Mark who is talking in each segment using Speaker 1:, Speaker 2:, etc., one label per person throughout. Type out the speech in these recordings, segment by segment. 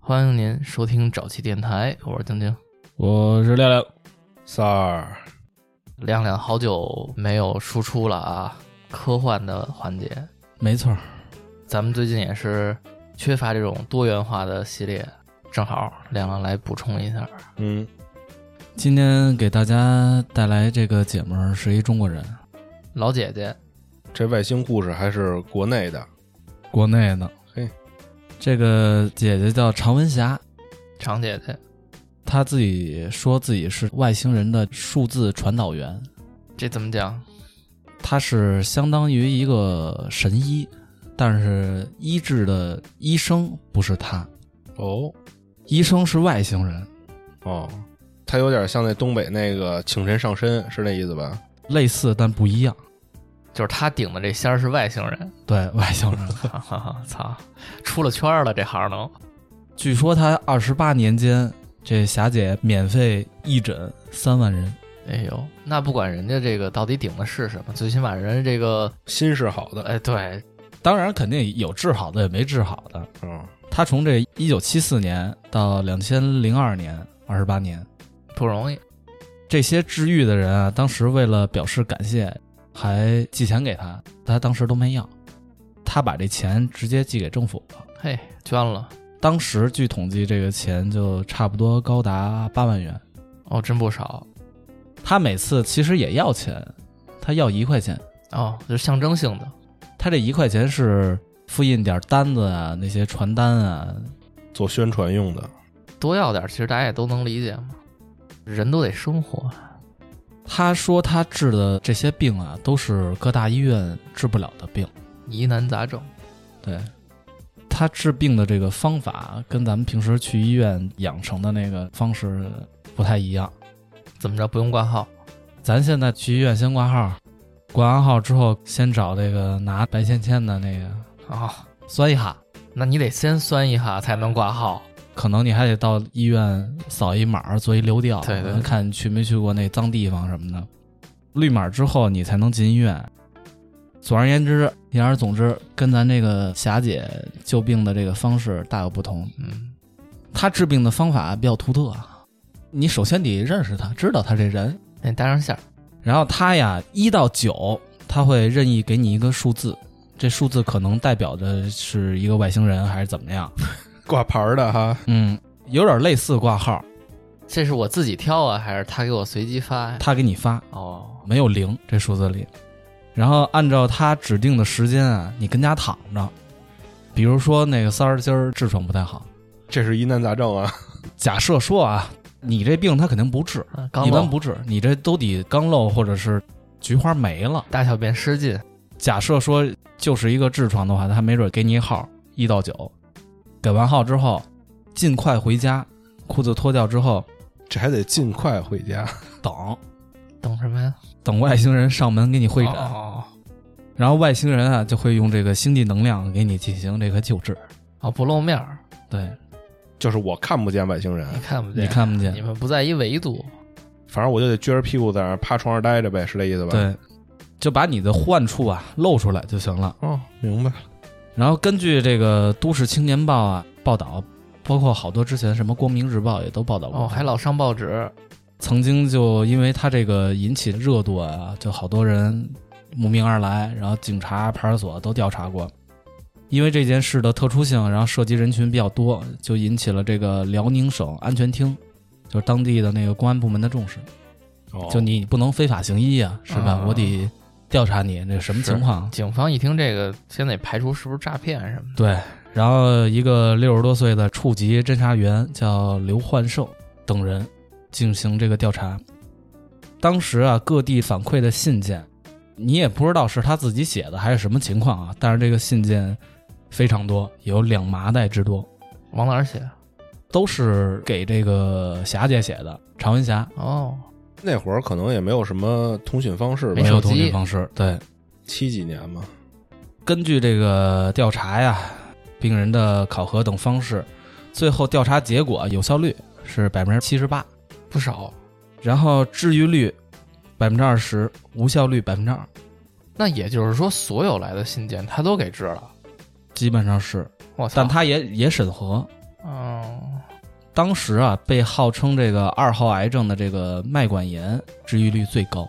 Speaker 1: 欢迎您收听沼气电台，我是丁丁。
Speaker 2: 我是亮亮三儿，
Speaker 1: 亮亮好久没有输出了啊，科幻的环节，
Speaker 2: 没错儿，
Speaker 1: 咱们最近也是缺乏这种多元化的系列，正好亮亮来补充一下。
Speaker 2: 嗯，
Speaker 3: 今天给大家带来这个姐们儿是一中国人，
Speaker 1: 老姐姐，
Speaker 2: 这外星故事还是国内的，
Speaker 3: 国内的。
Speaker 2: 嘿，
Speaker 3: 这个姐姐叫常文霞，
Speaker 1: 常姐姐，
Speaker 3: 她自己说自己是外星人的数字传导员，
Speaker 1: 这怎么讲？
Speaker 3: 她是相当于一个神医，但是医治的医生不是她，
Speaker 2: 哦
Speaker 3: 医生是外星人，
Speaker 2: 哦，它有点像那东北那个请神上身，是那意思吧？
Speaker 3: 类似但不一样。
Speaker 1: 就是她顶的这仙儿是外星人，
Speaker 3: 对外星人，
Speaker 1: 哈哈哈！操，出了圈儿了这行都。
Speaker 3: 据说她二十八年间，这霞姐免费义诊三万人。
Speaker 1: 哎呦，那不管人家这个到底顶的是什么，最起码人家这个，
Speaker 2: 心是好的，
Speaker 1: 哎，对，
Speaker 3: 当然肯定有治好的，也没治好的。
Speaker 2: 嗯，
Speaker 3: 他从这一九七四年到两千零二年，二十八年，
Speaker 1: 不容易。
Speaker 3: 这些治愈的人啊，当时为了表示感谢，还寄钱给他，他当时都没要，他把这钱直接寄给政府了。
Speaker 1: 嘿，捐了，
Speaker 3: 当时据统计，这个钱就差不多高达八万元。
Speaker 1: 哦，真不少
Speaker 3: 他每次其实也要钱，他要一块钱，
Speaker 1: 哦，就是象征性的。
Speaker 3: 他这一块钱是复印点单子啊，那些传单啊，
Speaker 2: 做宣传用的，
Speaker 1: 多要点儿，其实大家也都能理解嘛。人都得生活，
Speaker 3: 他说他治的这些病啊，都是各大医院治不了的病。
Speaker 1: 疑难杂症。
Speaker 3: 对，他治病的这个方法跟咱们平时去医院养成的那个方式不太一样。
Speaker 1: 怎么着不用挂号？
Speaker 3: 咱现在去医院先挂号，挂完号之后先找这个拿白线签的那个
Speaker 1: 哦，
Speaker 3: 酸一下，
Speaker 1: 那你得先酸一下才能挂号。
Speaker 3: 可能你还得到医院扫一码儿做一流调，
Speaker 1: 对对对
Speaker 3: 看去没去过那脏地方什么的。绿码儿之后你才能进医院。总而言之，言而总之，跟咱这个霞姐救病的这个方式大有不同。
Speaker 1: 嗯，
Speaker 3: 她治病的方法比较独特啊，你首先得认识她，知道她这人。
Speaker 1: 那你搭上线儿。
Speaker 3: 然后她呀，一到九，她会任意给你一个数字，这数字可能代表着是一个外星人还是怎么样。
Speaker 2: 挂牌儿的哈，
Speaker 3: 嗯，有点类似挂号，
Speaker 1: 这是我自己挑啊，还是他给我随机发呀？
Speaker 3: 她给你发。
Speaker 1: 哦，
Speaker 3: 没有零这数字里。然后按照他指定的时间啊，你跟家躺着。比如说那个三儿今儿痔疮不太好，
Speaker 2: 这是疑难杂症啊，
Speaker 3: 假设说啊，你这病他肯定不治，
Speaker 1: 啊刚
Speaker 3: 一般
Speaker 1: 漏
Speaker 3: 不治，你这都得肛瘘或者是菊花没了。
Speaker 1: 大小便失禁，
Speaker 3: 假设说就是一个痔疮的话，他没准给你一号一到九，给完号之后尽快回家，裤子脱掉之后
Speaker 2: 这还得尽快回家，
Speaker 3: 等
Speaker 1: 懂什么呀？
Speaker 3: 等外星人上门给你会诊，
Speaker 1: 哦哦
Speaker 3: 然后外星人啊就会用这个星际能量给你进行这个救治。
Speaker 1: 哦，不露面儿，
Speaker 3: 对，
Speaker 2: 就是我看不见外星人，
Speaker 1: 你看不见，
Speaker 3: 你看不
Speaker 1: 你
Speaker 3: 见。
Speaker 1: 们不在一维度。
Speaker 2: 反正我就得撅着屁股在那儿趴床上待着呗，是这意思吧？，
Speaker 3: 对，就把你的患处啊露出来就行了。
Speaker 2: 哦，明白了，
Speaker 3: 然后根据这个《都市青年报》啊报道，包括好多之前什么《光明日报》也都报道过。
Speaker 1: 哦，还老上报纸，
Speaker 3: 曾经就因为他这个引起热度啊，就好多人慕名而来，然后警察、派出所都调查过。因为这件事的特殊性，然后涉及人群比较多，就引起了这个辽宁省安全厅，就是当地的那个公安部门的重视。
Speaker 2: 哦，
Speaker 3: 就你不能非法行医啊，是吧？
Speaker 1: 啊
Speaker 3: 我得调查你这什么情况。
Speaker 1: 警方一听这个，先得排除是不是诈骗什么的。
Speaker 3: 对，然后一个六十多岁的处级侦查员叫刘焕胜等人进行这个调查。当时啊，各地反馈的信件，你也不知道是他自己写的还是什么情况啊，但是这个信件非常多，有两麻袋之多，
Speaker 1: 往哪儿写？
Speaker 3: 都是给这个霞姐写的，常文霞
Speaker 1: 哦，
Speaker 2: 那会儿可能也没有什么通讯方式吧
Speaker 1: 没，
Speaker 3: 有
Speaker 1: 手
Speaker 3: 通
Speaker 1: 机
Speaker 3: 讯方式，对。
Speaker 2: 七几年嘛，
Speaker 3: 根据这个调查呀、病人的考核等方式，最后调查结果有效率是百分之七十八，
Speaker 1: 不少，
Speaker 3: 然后治愈率百分之二十，无效率百分之二，
Speaker 1: 那也就是说，所有来的信件他都给治了。
Speaker 3: 基本上是，
Speaker 1: 我操！
Speaker 3: 但他也也审核，
Speaker 1: 哦，
Speaker 3: 当时啊，被号称这个二号癌症的这个脉管炎治愈率最高。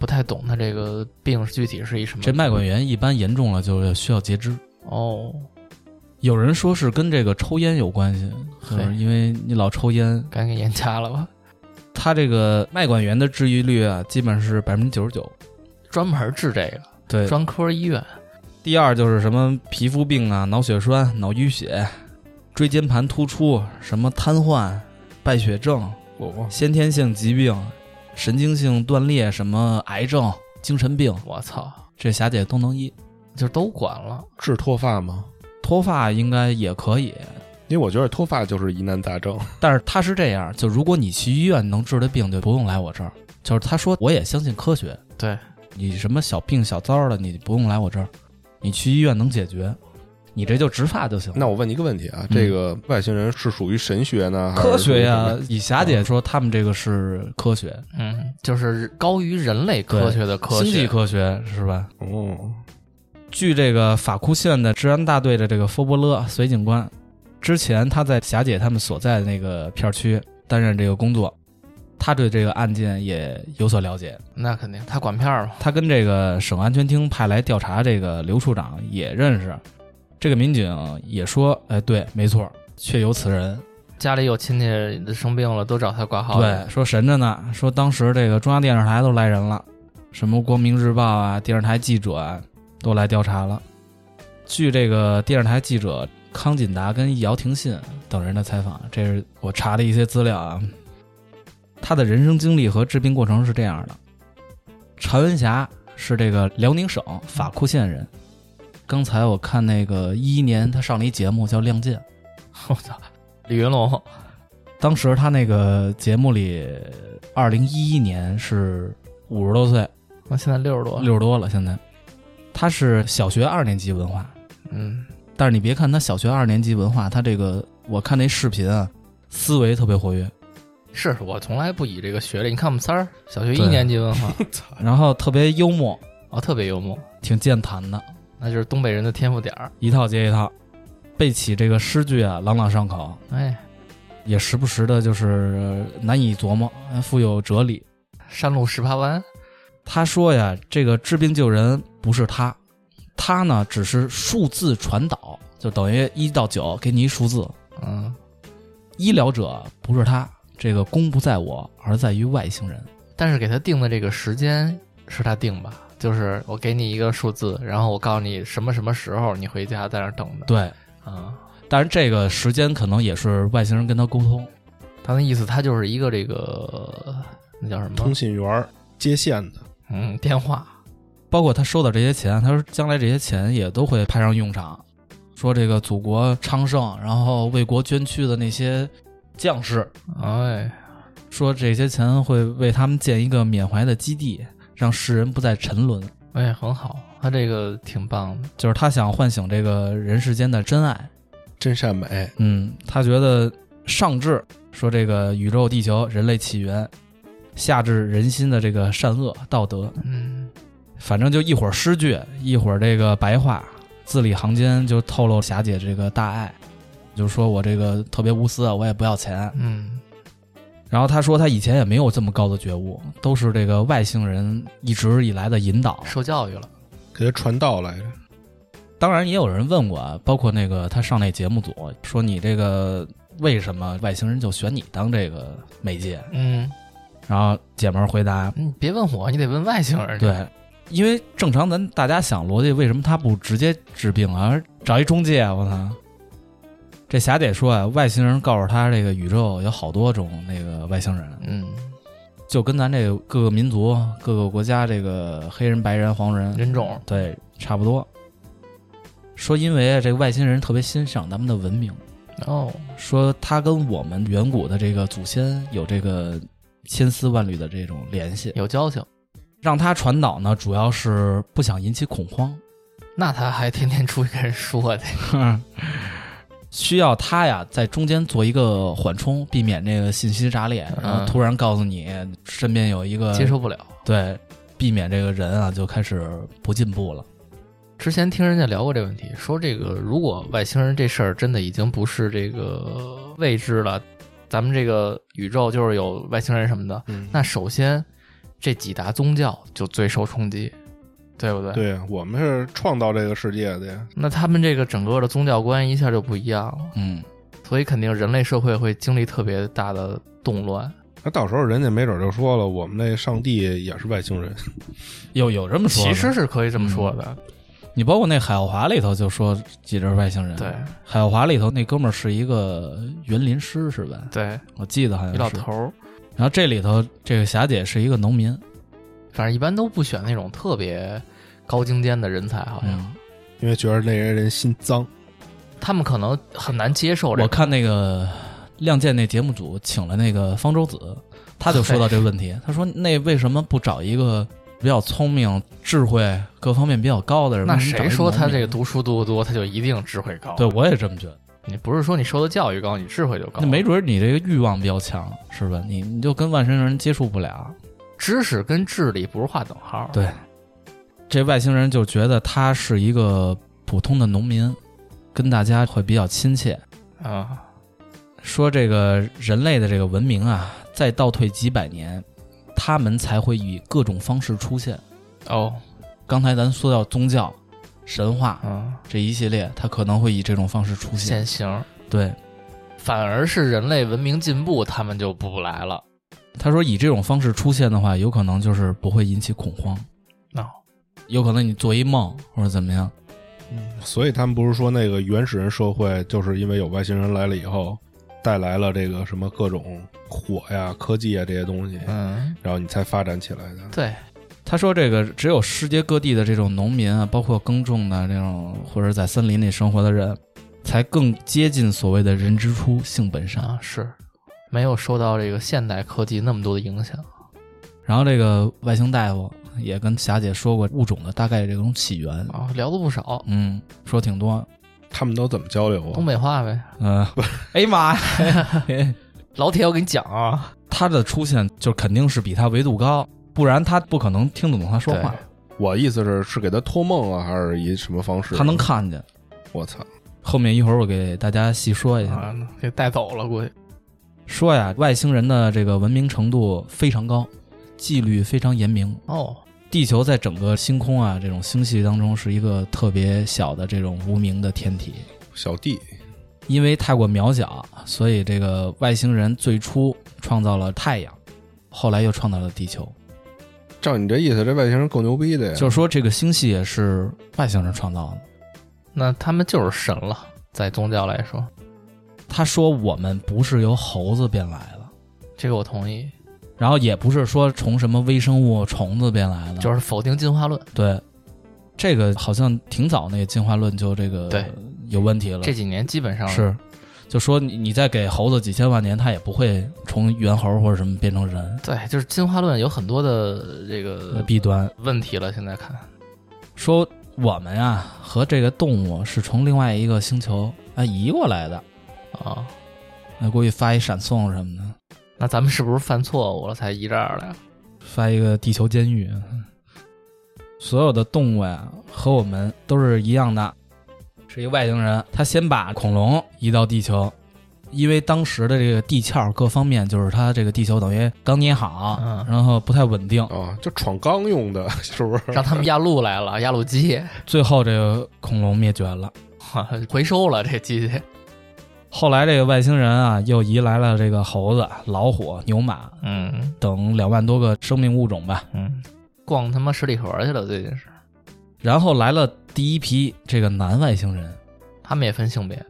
Speaker 1: 不太懂他这个病具体是一什么。
Speaker 3: 这脉管炎一般严重了就需要截肢。
Speaker 1: 哦，
Speaker 3: 有人说是跟这个抽烟有关系，就是
Speaker 1: 嘿
Speaker 3: 因为你老抽烟，
Speaker 1: 赶紧眼掐了吧，
Speaker 3: 它这个脉管炎的治愈率啊，基本是百分之九十九。
Speaker 1: 专门治这个，
Speaker 3: 对，
Speaker 1: 专科医院。
Speaker 3: 第二就是什么皮肤病啊、脑血栓、脑淤血、椎间盘突出、什么瘫痪、败血症、
Speaker 2: 我我
Speaker 3: 先天性疾病、神经性断裂、什么癌症、精神病，
Speaker 1: 我操，
Speaker 3: 这霞姐都能医。
Speaker 1: 就都管了。
Speaker 2: 治脱发吗？
Speaker 3: 脱发应该也可以，
Speaker 2: 因为我觉得脱发就是疑难杂症。
Speaker 3: 但是他是这样，就如果你去医院能治的病，就不用来我这儿。就是他说我也相信科学，
Speaker 1: 对
Speaker 3: 你什么小病小糟的，你不用来我这儿，你去医院能解决，你这就植发就行。
Speaker 2: 那我问你一个问题啊，这个外星人是属于神学呢，还是
Speaker 3: 啊科学呀
Speaker 2: 属于什么，啊
Speaker 3: 以霞姐说，他们这个是科学，
Speaker 1: 嗯，就是高于人类科学的科
Speaker 3: 星际
Speaker 1: 学。
Speaker 3: 科学是吧？
Speaker 2: 哦，
Speaker 3: 据这个法库县的治安大队的这个佛伯勒随警官，之前他在霞姐他们所在的那个片区担任这个工作，他对这个案件也有所了解。
Speaker 1: 那肯定，他管片儿嘛。
Speaker 3: 他跟这个省安全厅派来调查这个刘处长也认识，这个民警也说，哎，对，没错，确有此人。
Speaker 1: 家里有亲戚生病了，都找他挂号。
Speaker 3: 对，，说神着呢，说当时这个中央电视台都来人了，什么光明日报啊、电视台记者啊都来调查了。据这个电视台记者康锦达跟姚廷信等人的采访，这是我查的一些资料啊。他的人生经历和治病过程是这样的：陈文霞是这个辽宁省法库县人。刚才我看那个一一年他上了一节目叫《亮剑》，
Speaker 1: 我操，李云龙
Speaker 3: 当时他那个节目里，二零一一年是五十多岁，
Speaker 1: 我现在六十多。
Speaker 3: 六十多了。现在他是小学二年级文化，
Speaker 1: 嗯，
Speaker 3: 但是你别看他小学二年级文化，他这个我看那视频啊，思维特别活跃，
Speaker 1: 是我从来不以这个学历。你看我们三儿，小学一
Speaker 3: 对
Speaker 1: 年级文化，
Speaker 3: 然后特别幽默，
Speaker 1: 哦，特别幽默，
Speaker 3: 挺健谈的，
Speaker 1: 那就是东北人的天赋点儿。
Speaker 3: 一套接一套，背起这个诗句啊，朗朗上口，
Speaker 1: 哎，
Speaker 3: 也时不时的就是呃难以琢磨，呃富有哲理。
Speaker 1: 山路十八弯，
Speaker 3: 他说呀，这个治病救人不是他，他呢只是数字传导，就等于一到九给你一数字。
Speaker 1: 嗯，
Speaker 3: 医疗者不是他，这个功不在我，而在于外星人。
Speaker 1: 但是给他定的这个时间是他定吧？就是我给你一个数字，然后我告诉你什么什么时候你回家，在那儿等着。
Speaker 3: 对，
Speaker 1: 啊，
Speaker 3: 当然这个时间可能也是外星人跟他沟通。
Speaker 1: 他那意思，他就是一个这个那叫什么
Speaker 2: 通？信员儿接线的，
Speaker 1: 嗯，电话。
Speaker 3: 包括他收到这些钱，他说将来这些钱也都会派上用场。说这个祖国昌盛，然后为国捐躯的那些将士，
Speaker 1: 哎，
Speaker 3: 说这些钱会为他们建一个缅怀的基地，让世人不再沉沦。
Speaker 1: 哎，很好，他这个挺棒的。
Speaker 3: 就是他想唤醒这个人世间的真爱。
Speaker 2: 真善美。
Speaker 3: 嗯，他觉得上至说这个宇宙、地球、人类起源，下至人心的这个善恶、道德，
Speaker 1: 嗯，
Speaker 3: 反正就一会儿诗句，一会儿这个白话，字里行间就透露霞姐这个大爱。就说我这个特别无私啊，我也不要钱。
Speaker 1: 嗯，
Speaker 3: 然后他说他以前也没有这么高的觉悟，都是这个外星人一直以来的引导。
Speaker 1: 受教育了。
Speaker 2: 给他传道来着，
Speaker 3: 当然，也有人问过啊，包括那个他上那节目组说你这个为什么外星人就选你当这个媒介？
Speaker 1: 嗯，
Speaker 3: 然后姐们儿回答，
Speaker 1: 你别问我，你得问外星人。，
Speaker 3: 对，因为正常咱大家想逻辑，为什么他不直接治病啊，而找一中介啊？我操！这霞姐说啊，外星人告诉他，这个宇宙有好多种那个外星人，
Speaker 1: 嗯，
Speaker 3: 就跟咱这个各个民族、各个国家这个黑人、白人、黄人
Speaker 1: 人种
Speaker 3: 对，差不多。说因为啊这个外星人特别欣赏咱们的文明，
Speaker 1: 哦，
Speaker 3: 说他跟我们远古的这个祖先有这个千丝万缕的这种联系，
Speaker 1: 有交情。
Speaker 3: 让他传导呢，主要是不想引起恐 慌，
Speaker 1: 那他还天天出去跟人说去，
Speaker 3: 需要他呀在中间做一个缓冲，避免这个信息炸裂，然后
Speaker 1: 嗯
Speaker 3: 突然告诉你身边有一个
Speaker 1: 接受不了。
Speaker 3: 对，避免这个人啊就开始不进步了。
Speaker 1: 之前听人家聊过这问题，说这个如果外星人这事儿真的已经不是这个未知了，咱们这个宇宙就是有外星人什么的，
Speaker 2: 嗯，
Speaker 1: 那首先这几大宗教就最受冲击，对不对？
Speaker 2: 对啊我们是创造这个世界的呀，
Speaker 1: 那他们这个整个的宗教观一下就不一样了，
Speaker 3: 嗯，
Speaker 1: 所以肯定人类社会会经历特别大的动乱。
Speaker 2: 那到时候人家没准就说了，我们那上帝也是外星人，
Speaker 3: 有有这么说的，
Speaker 1: 其
Speaker 3: 嗯
Speaker 1: 实是可以这么说的，
Speaker 3: 你包括那《海奥华》里头就说几只外星人，
Speaker 1: 对
Speaker 3: 《海奥华》里头那哥们儿是一个园林师是吧？
Speaker 1: 对，
Speaker 3: 我记得好像
Speaker 1: 一
Speaker 3: 嗯是
Speaker 1: 老头儿，
Speaker 3: 然后这里头这个霞姐是一个农民，
Speaker 1: 反正一般都不选那种特别高精尖的人才，好像、
Speaker 3: 嗯，
Speaker 2: 因为觉得那人人心脏。
Speaker 1: 他们可能很难接受这个。
Speaker 3: 我看那个《亮剑》那节目组请了那个方舟子，他就说到这个问题，他说那为什么不找一个比较聪明、智慧各方面比较高的人？
Speaker 1: 那
Speaker 3: 为什么找一
Speaker 1: 谁说他
Speaker 3: 农
Speaker 1: 这
Speaker 3: 民
Speaker 1: 个？读书读得多，他就一定智慧高？
Speaker 3: 对，我也这么觉得。
Speaker 1: 你不是说你受的教育高，你智慧就高？
Speaker 3: 那没准儿你这个欲望比较强，是吧？你你就跟外星人接触不了。
Speaker 1: 知识跟智力不是划等号。
Speaker 3: 对这外星人就觉得他是一个普通的农民，跟大家会比较亲切。
Speaker 1: 啊，
Speaker 3: 说这个人类的这个文明啊，再倒退几百年，他们才会以各种方式出现。
Speaker 1: 哦，
Speaker 3: 刚才咱说到宗教、神话
Speaker 1: 嗯，
Speaker 3: 这一系列，它可能会以这种方式出现。
Speaker 1: 现行，
Speaker 3: 对，
Speaker 1: 反而是人类文明进步，他们就不来了。
Speaker 3: 他说以这种方式出现的话，有可能就是不会引起恐慌，
Speaker 1: 哦，
Speaker 3: 有可能你做一梦或者怎么样。
Speaker 2: 所以他们不是说那个原始人社会，就是因为有外星人来了以后，带来了这个什么各种火呀、科技呀这些东西，
Speaker 1: 嗯，
Speaker 2: 然后你才发展起来的。
Speaker 1: 对，
Speaker 3: 他说：“这个只有世界各地的这种农民啊，包括耕种的这种，或者在森林里生活的人，才更接近所谓的人之初性本善。
Speaker 1: 啊是，没有受到这个现代科技那么多的影响。”
Speaker 3: 然后这个外星大夫也跟霞姐说过物种的大概这种起源，
Speaker 1: 啊，聊了不少
Speaker 3: 嗯，说挺多，
Speaker 2: 他们都怎么交流啊
Speaker 1: 东？北话呗。
Speaker 3: 嗯、哎呀妈呀，
Speaker 1: 老铁，我给你讲啊，
Speaker 3: 他的出现就肯定是比他维度高，不然他不可能听得懂他说话，
Speaker 2: 我意思是，是给他托梦啊，还是以什么方式？
Speaker 3: 他能看见。
Speaker 2: 我操！
Speaker 3: 后面一会儿我给大家细说一下，
Speaker 1: 啊，给带走了，估计
Speaker 3: 说呀，外星人的这个文明程度非常高，纪律非常严明。
Speaker 1: 哦，
Speaker 3: 地球在整个星空啊这种星系当中是一个特别小的这种无名的天体，
Speaker 2: 小弟，
Speaker 3: 因为太过渺小，所以这个外星人最初创造了太阳，后来又创造了地球。
Speaker 2: 照你这意思，这外星人够牛逼的呀！
Speaker 3: 就是说，这个星系也是外星人创造的。
Speaker 1: 那他们就是神了，在宗教来说，
Speaker 3: 他说我们不是由猴子变来的，
Speaker 1: 这个我同意，
Speaker 3: 然后也不是说从什么微生物虫子变来的，
Speaker 1: 就是否定进化论。
Speaker 3: 对，这个好像挺早那个进化论就这个
Speaker 1: 对
Speaker 3: 有问题了，
Speaker 1: 这几年基本上
Speaker 3: 嗯是就说你你再给猴子几千万年，它也不会从猿猴或者什么变成人，呃
Speaker 1: 对，就是进化论有很多的这个
Speaker 3: 弊端。
Speaker 1: 问题了。现在看，
Speaker 3: 说我们呀和这个动物是从另外一个星球啊移过来的，
Speaker 1: 啊，
Speaker 3: 那估计发一闪送什么的，
Speaker 1: 那咱们是不是犯错误了才移这儿来？
Speaker 3: 发一个地球监狱。所有的动物呀和我们都是一样的，是一个外星人，他先把恐龙移到地球，因为当时的这个地壳各方面就是它这个地球等于刚捏好，
Speaker 1: 嗯
Speaker 3: 然后不太稳定，
Speaker 2: 啊，就闯缸用的， 是不是？
Speaker 1: 让他们压路来了， 压路机
Speaker 3: 最后这个恐龙灭绝了。
Speaker 1: 回收了这机器，
Speaker 3: 后来这个外星人啊又移来了这个猴子、老虎、牛马
Speaker 1: 嗯
Speaker 3: 等两万多个生命物种吧，
Speaker 1: 嗯，逛他妈十里河去了，最近是，
Speaker 3: 然后来了第一批这个男外星人，
Speaker 1: 他们也分性别，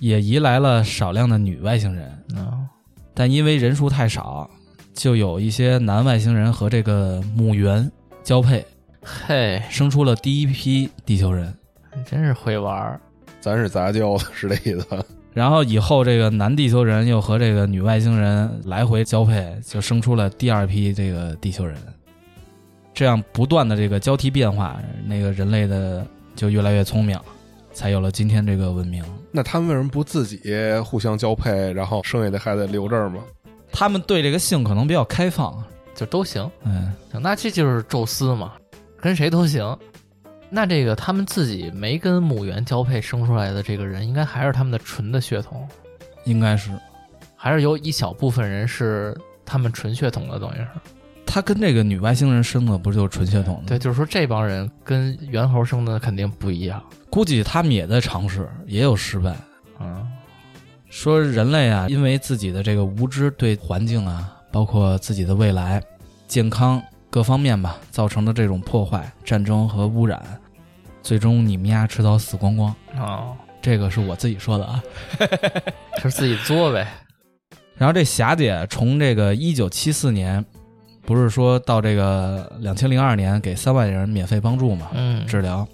Speaker 3: 也移来了少量的女外星人。
Speaker 1: 嗯，
Speaker 3: 但因为人数太少，就有一些男外星人和这个墓园交配，
Speaker 1: 嘿，
Speaker 3: 生出了第一批地球人。
Speaker 1: 你真是会玩儿，
Speaker 2: 咱是杂交的，是这意思。
Speaker 3: 然后以后这个男地球人又和这个女外星人来回交配，就生出了第二批这个地球人。这样不断的这个交替变化，那个人类的就越来越聪明，才有了今天这个文明。
Speaker 2: 那他们为什么不自己互相交配，然后剩下的还得留这儿吗？
Speaker 3: 他们对这个性可能比较开放，
Speaker 1: 就都行。
Speaker 3: 嗯，
Speaker 1: 行，那这就是宙斯嘛，跟谁都行。那这个他们自己没跟母猿交配生出来的这个人，应该还是他们的纯的血统，
Speaker 3: 应该是
Speaker 1: 还是有一小部分人是他们纯血统的，等于是
Speaker 3: 嗯他跟这个女外星人生的不就是纯血统吗？
Speaker 1: 对，就是说这帮人跟猿猴生的肯定不一样，
Speaker 3: 估计他们也在尝试，也有失败。
Speaker 1: 嗯，
Speaker 3: 说人类啊，因为自己的这个无知，对环境啊，包括自己的未来、健康各方面吧，造成的这种破坏、战争和污染，最终你们呀迟早死光光。
Speaker 1: 哦，
Speaker 3: 这个是我自己说的啊。
Speaker 1: 是自己作 呗，
Speaker 3: 然后这霞姐从这个一九七四年，不是说到这个两千零二年给三万人免费帮助嘛，
Speaker 1: 嗯，
Speaker 3: 治疗。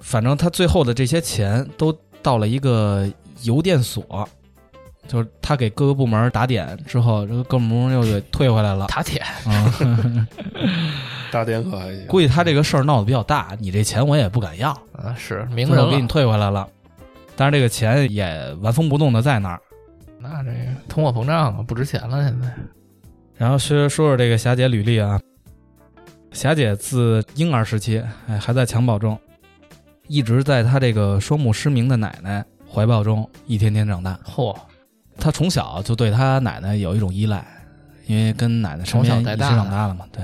Speaker 3: 反正他最后的这些钱都到了一个邮电所，就是他给各个部门打点之后，这个各部门又给退回来了。
Speaker 1: 塔铁，
Speaker 3: 啊、
Speaker 2: 大点可还行。
Speaker 3: 估计他这个事儿闹得比较大，你这钱我也不敢要，
Speaker 1: 嗯，是名
Speaker 3: 最
Speaker 1: 人
Speaker 3: 后给你
Speaker 1: 了，
Speaker 3: 退回来了。但是这个钱也纹风不动的在那儿。
Speaker 1: 那这个通货膨胀啊，不值钱了，现在，
Speaker 3: 然后说说说这个霞姐履历啊，霞姐自婴儿时期，哎，还在襁褓中，一直在她这个双目失明的奶奶怀抱中一天天长大。
Speaker 1: 嚯，
Speaker 3: 她从小就对她奶奶有一种依赖，因为跟奶奶身边
Speaker 1: 从小带大
Speaker 3: 一起长大了嘛。对，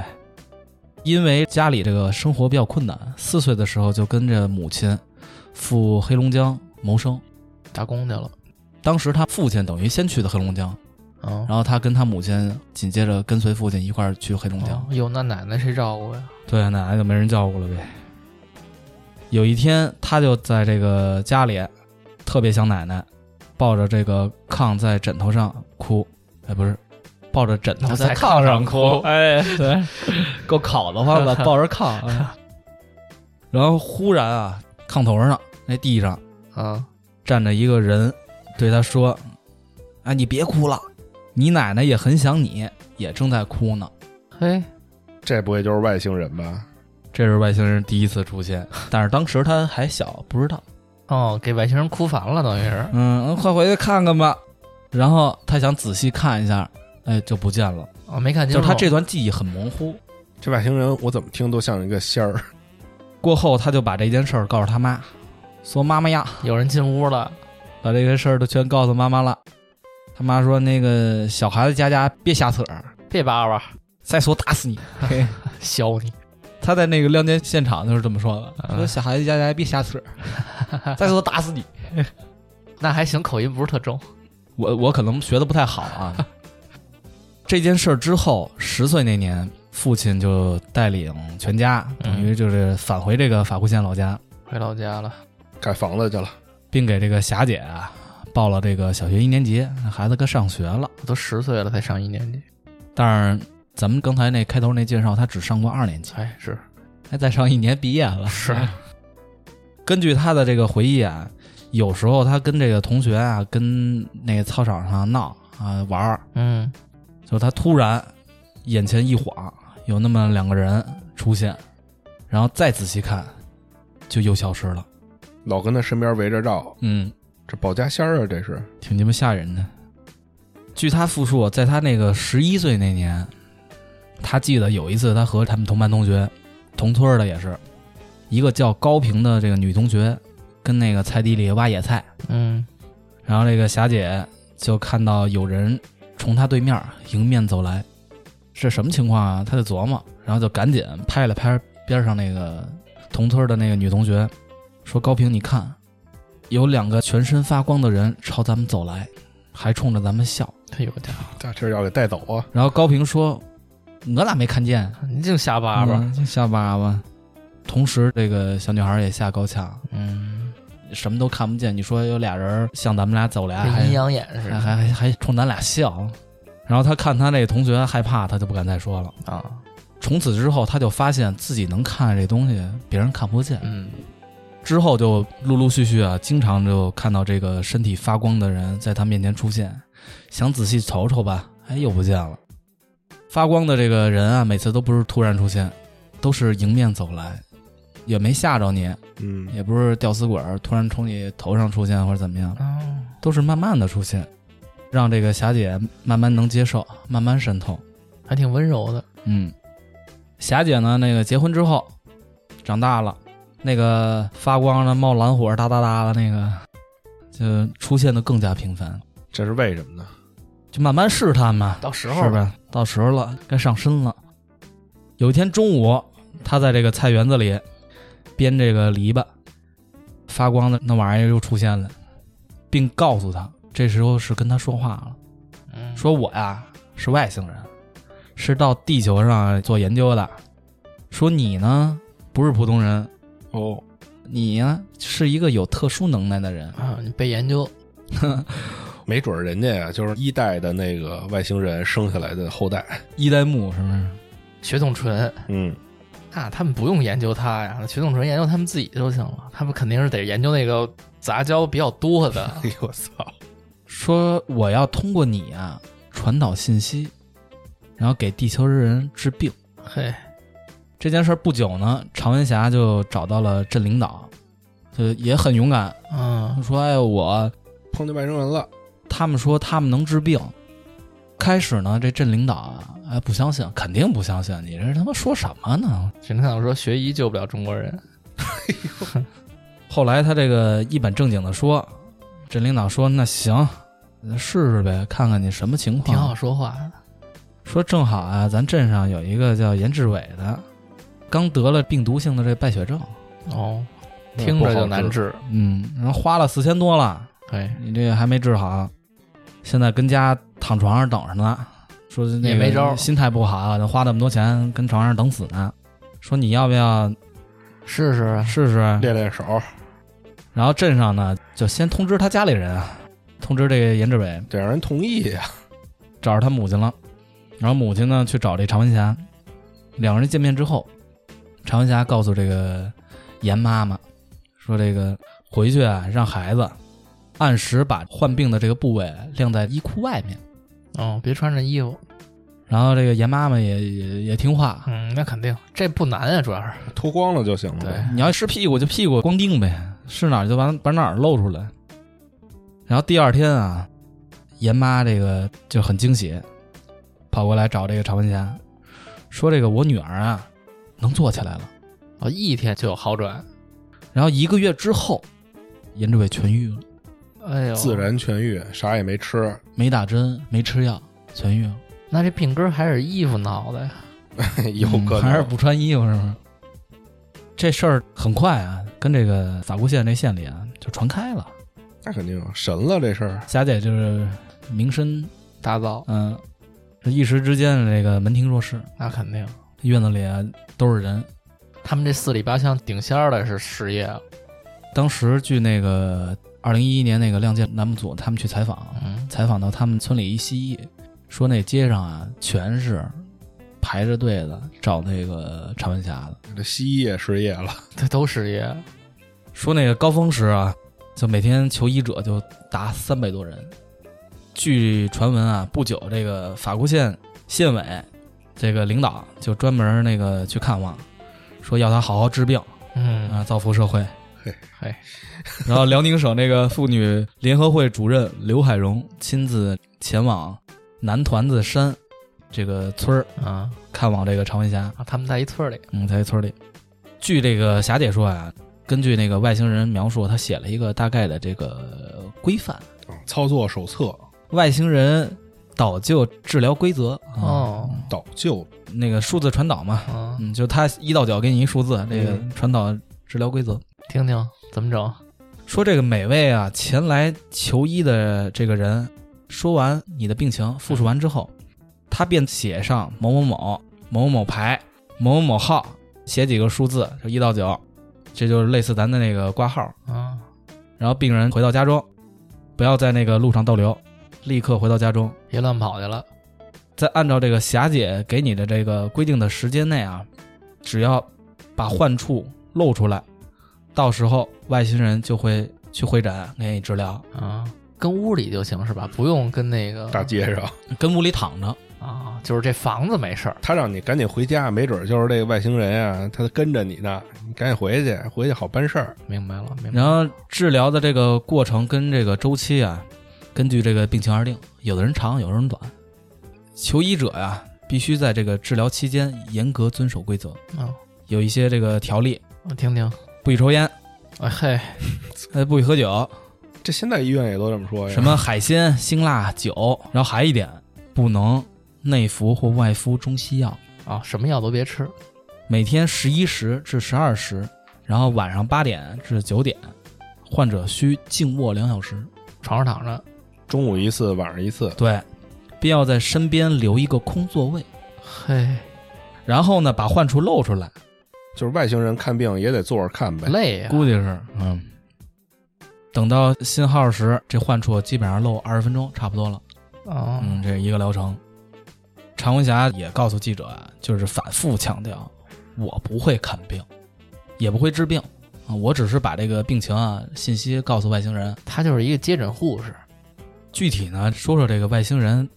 Speaker 3: 因为家里这个生活比较困难，四岁的时候就跟着母亲赴黑龙江谋生。
Speaker 1: 打工去了，
Speaker 3: 当时她父亲等于先去的黑龙江，
Speaker 1: 嗯，
Speaker 3: 然后她跟她母亲紧接着跟随父亲一块儿去黑龙江。
Speaker 1: 哦哟，那奶奶谁照顾呀？
Speaker 3: 对，奶奶就没人照顾了呗。有一天，他就在这个家里，特别想奶奶，抱着这个炕在枕头上哭，哎，不是，抱着枕头
Speaker 1: 在
Speaker 3: 炕
Speaker 1: 炕上哭，
Speaker 3: 哭哎，对， 够烤的 慌了，抱着炕。哎 然后忽然啊，炕头上那地上
Speaker 1: 嗯，
Speaker 3: 站着一个人，对他说：“哎，你别哭了，你奶奶也很想你，也正在哭呢。”
Speaker 1: 嘿，
Speaker 2: 这不会就是外星人吧？
Speaker 3: 这是外星人第一次出现， 但是当时他还小，不知道。
Speaker 1: 哦，给外星人哭烦了，等于是，
Speaker 3: 嗯，快回去看看吧。然后他想仔细看一下，哎，就不见了。
Speaker 1: 哦，没看
Speaker 3: 就
Speaker 1: 清
Speaker 3: 是
Speaker 1: 楚，
Speaker 3: 他这段记忆很模糊。
Speaker 2: 这外星人我怎么听都像一个仙儿。
Speaker 3: 过后，他就把这件事儿告诉他妈，说：“妈妈呀，
Speaker 1: 有人进屋了，
Speaker 3: 把这个事儿都全告诉妈妈了。”他妈说：“那个小孩子家家别瞎扯，
Speaker 1: 别叭叭，
Speaker 3: 再说打死你。嘿
Speaker 1: 削你，”
Speaker 3: 他在那个亮剑现场就是这么说的：“
Speaker 1: 嗯
Speaker 3: 说小孩子家家别瞎 扯，再说打死你。”
Speaker 1: 那还行，口音不是特重，
Speaker 3: 我我可能学的不太好 啊。这件事儿之后，十岁那年，父亲就带领全家，
Speaker 1: 嗯
Speaker 3: 等于就是返回这个法库县老家，
Speaker 1: 回老家了，
Speaker 2: 盖房子去了，
Speaker 3: 并给这个霞姐啊报了这个小学一年级，那孩子该上学了。
Speaker 1: 我都十岁了才上一年级，
Speaker 3: 但是咱们刚才那开头那介绍，他只上过二年级，
Speaker 1: 哎，是
Speaker 3: 还再上一年毕业了。
Speaker 1: 是，
Speaker 3: 根据他的这个回忆啊，有时候他跟这个同学啊，跟那个操场上闹啊玩儿，
Speaker 1: 嗯，
Speaker 3: 就是他突然眼前一晃，有那么两个人出现，然后再仔细看，就又消失了。
Speaker 2: 老跟他身边围着绕，
Speaker 3: 嗯，
Speaker 2: 这保家仙儿啊，这是
Speaker 3: 挺鸡巴吓人的。据他复述，在他那个十一岁那年，他记得有一次，他和他们同班同学，同村儿的也是，一个叫高平的这个女同学，跟那个菜地里挖野菜，
Speaker 1: 嗯，
Speaker 3: 然后这个霞姐就看到有人从她对面儿迎面走来，这什么情况啊？她就琢磨，然后就赶紧拍了拍边上那个同村的那个女同学，说：“高平，你看，有两个全身发光的人朝咱们走来，还冲着咱们笑。
Speaker 1: 哎呦我家伙，
Speaker 2: 大这要给带走啊！”
Speaker 3: 然后高平说：“我咋没看见？
Speaker 1: 你净瞎叭叭，
Speaker 3: 嗯下巴吧。”同时，这个小女孩也吓够呛，
Speaker 1: 嗯，
Speaker 3: 什么都看不见。你说有俩人向咱们俩走来，哎还
Speaker 1: 跟阴阳眼似
Speaker 3: 还
Speaker 1: 的
Speaker 3: 还还还冲咱俩笑。然后他看他那同学害怕，他就不敢再说了。
Speaker 1: 啊，
Speaker 3: 从此之后，他就发现自己能看见这东西，别人看不见。
Speaker 1: 嗯，
Speaker 3: 之后就陆陆续续啊，经常就看到这个身体发光的人在他面前出现，想仔细瞅瞅吧，哎，又不见了。发光的这个人啊，每次都不是突然出现，都是迎面走来，也没吓着你，
Speaker 2: 嗯，
Speaker 3: 也不是吊死鬼儿突然从你头上出现或者怎么样。
Speaker 1: 哦，
Speaker 3: 都是慢慢的出现，让这个霞姐慢慢能接受，慢慢渗透。
Speaker 1: 还挺温柔的，
Speaker 3: 嗯，霞姐呢，那个结婚之后，长大了，那个发光的冒蓝火哒哒哒的那个，就出现的更加频繁。
Speaker 2: 这是为什么呢？
Speaker 3: 就慢慢试探嘛，
Speaker 1: 到时
Speaker 3: 是
Speaker 1: 候，
Speaker 3: 吧？到时候了，该上身了。有一天中午，他在这个菜园子里编这个篱笆，发光的那玩意儿又出现了，并告诉他，这时候是跟他说话了。
Speaker 1: 嗯，
Speaker 3: 说我呀是外星人，是到地球上做研究的。说你呢不是普通人，
Speaker 2: 哦，
Speaker 3: 你呀是一个有特殊能耐的人。
Speaker 1: 啊，你被研究，
Speaker 2: 没准儿人家呀就是一代的那个外星人生下来的后代。
Speaker 3: 一代目是不是？
Speaker 1: 血统纯，
Speaker 2: 嗯，
Speaker 1: 那他们不用研究它呀，血统纯研究他们自己就行了。他们肯定是得研究那个杂交比较多的。
Speaker 2: 哎呦我操！
Speaker 3: 说我要通过你啊传导信息，然后给地球人治病。
Speaker 1: 嘿，
Speaker 3: 这件事儿不久呢，常文霞就找到了镇领导，就也很勇敢，
Speaker 1: 嗯，
Speaker 3: 说：“哎，我
Speaker 2: 碰见外星人了，
Speaker 3: 他们说他们能治病。开始呢，这镇领导啊，哎，不相信，肯定不相信，你这他妈说什么呢？
Speaker 1: 沈探长说学医救不了中国人，
Speaker 3: 后来他这个一本正经的说，镇领导说那行，那试试呗，看看你什么情
Speaker 1: 挺好
Speaker 3: 况。
Speaker 1: 说话的。
Speaker 3: 说正好啊，咱镇上有一个叫严志伟的，刚得了病毒性的这败血症，
Speaker 1: 哦，
Speaker 2: 那
Speaker 1: 听
Speaker 2: 不
Speaker 1: 着
Speaker 2: 好
Speaker 1: 就难
Speaker 2: 治。
Speaker 1: 治。哎
Speaker 3: 嗯，然后花了四千多了，
Speaker 1: 嘿，
Speaker 3: 你这还没治好，现在跟家躺床上等着呢。说那
Speaker 1: 也
Speaker 3: 个
Speaker 1: 没招儿
Speaker 3: 心态不好，啊花那么多钱跟床上等死呢。说你要不要
Speaker 1: 试试啊，
Speaker 3: 试试？
Speaker 2: 练练手，
Speaker 3: 然后镇上呢就先通知他家里人啊，通知这个严志伟，
Speaker 2: 得让人同意呀。
Speaker 3: 找着他母亲了。然后母亲呢去找这常文霞，两个人见面之后，常文霞告诉这个严妈妈说：“这个回去啊，让孩子按时把患病的这个部位晾在衣裤外面。”
Speaker 1: 哦，别穿着衣服。
Speaker 3: 然后这个严妈妈也也也听话，
Speaker 1: 嗯，那肯定，这不难啊，主要是。
Speaker 2: 脱光了就行了。
Speaker 1: 对，，
Speaker 3: 你要是屁股就屁股光腚呗，是哪儿就把把哪儿露出来。然后第二天啊，严妈这个就很惊喜，跑过来找这个常文霞，说这个我女儿啊能坐起来了。
Speaker 1: 哦，一天就有好转。
Speaker 3: 然后一个月之后，严志伟痊愈了，
Speaker 1: 哎呦，
Speaker 2: 自然痊愈，啥也没吃。
Speaker 3: 没打针，没吃药，痊愈了。
Speaker 1: 那这病根儿还是衣服闹的呀。
Speaker 2: 有可
Speaker 3: 嗯
Speaker 2: 能、
Speaker 3: 还是不穿衣服是吗？这事儿很快啊，跟这个法固县这县里啊就传开了。
Speaker 2: 那肯定啊神了这事儿。
Speaker 3: 霞姐就是名声，
Speaker 1: 大造，
Speaker 3: 嗯、这一时之间这个门庭若市，
Speaker 1: 那肯定。
Speaker 3: 院子里啊都是人。
Speaker 1: 他们这四里八乡顶仙儿的是失业了。
Speaker 3: 当时据那个二零一一年那个《亮剑》栏目组他们去采访，
Speaker 1: 嗯，
Speaker 3: 采访到他们村里一西医，说那街上啊全是排着队的找那个常文霞的，
Speaker 2: 这西医也失业了，
Speaker 1: 这都失业。
Speaker 3: 说那个高峰时啊，就每天求医者就达三百多人。据传闻啊，不久这个法固县县委这个领导就专门那个去看望，说要他好好治病
Speaker 1: 嗯，
Speaker 3: 啊，造福社会。
Speaker 1: 嘿，
Speaker 3: 然后辽宁省这个妇女联合会主任刘海荣亲自前往南团子山这个村儿
Speaker 1: 啊，
Speaker 3: 看望这个常文霞。
Speaker 1: 他们在一村儿里。
Speaker 3: 嗯，在村里。据这个霞姐说啊，根据那个外星人描述，她啊写了一个大概的这个规范，
Speaker 2: 嗯操作手册
Speaker 3: 外星人导救治疗规则。啊
Speaker 2: 嗯
Speaker 1: 哦，
Speaker 2: 导救
Speaker 3: 那个数字传导嘛，
Speaker 1: 嗯，
Speaker 3: 嗯，就他一到脚给你一数字，这个
Speaker 2: 嗯
Speaker 3: 传导治疗规则。
Speaker 1: 听听怎么整？
Speaker 3: 说这个每位啊前来求医的这个人，说完你的病情，复述完之后，他便写上某某某某某某牌某某某号，写几个数字，就一到九，这就是类似咱的那个挂号。
Speaker 1: 啊，
Speaker 3: 然后病人回到家中，不要在那个路上逗留，立刻回到家中，
Speaker 1: 别乱跑去了。
Speaker 3: 再按照这个霞姐给你的这个规定的时间内啊，只要把患处露出来，到时候外星人就会去会诊给你治疗，
Speaker 1: 啊，跟屋里就行是吧？不用跟那个
Speaker 2: 大街上，
Speaker 3: 跟屋里躺着。
Speaker 1: 啊，就是这房子没事儿。
Speaker 2: 他让你赶紧回家，没准儿就是这个外星人啊，他跟着你呢，你赶紧回去，回去好办事儿。
Speaker 1: 明白了，明白
Speaker 3: 然
Speaker 1: 了。
Speaker 3: 后治疗的这个过程跟这个周期啊，根据这个病情而定，有的人长，有的人短。求医者呀、必须在这个治疗期间严格遵守规则，
Speaker 1: 嗯，
Speaker 3: 有一些这个条例，
Speaker 1: 我听听。
Speaker 3: 不许抽烟，
Speaker 1: 哎嘿，
Speaker 3: 呃，不许喝酒，
Speaker 2: 这现在医院也都这么说呀。
Speaker 3: 什？么海鲜、辛辣、酒，然后还一点，不能内服或外敷中西药，
Speaker 1: 啊，什么药都别吃，
Speaker 3: 每天十一时至十二时，然后晚上八点至九点，患者需静卧两小时。
Speaker 1: 床上躺着。
Speaker 2: 中午一次，晚上一次，
Speaker 3: 对，必要在身边留一个空座位，
Speaker 1: 嘿，
Speaker 3: 然后呢把患处露出来，
Speaker 2: 就是外星人看病也得坐着看呗。
Speaker 1: 累呀、
Speaker 3: 估计是嗯。等到信号时，这患处基本上露二十分钟差不多了。
Speaker 1: 啊。
Speaker 3: 嗯，这一个疗程。常文霞也告诉记者啊，就是反复强调，我不会看病，也不会治病啊，我只是把这个病情啊信息告诉外星人。
Speaker 1: 他就是一个接诊护士，
Speaker 3: 具体呢，说说这个外星人，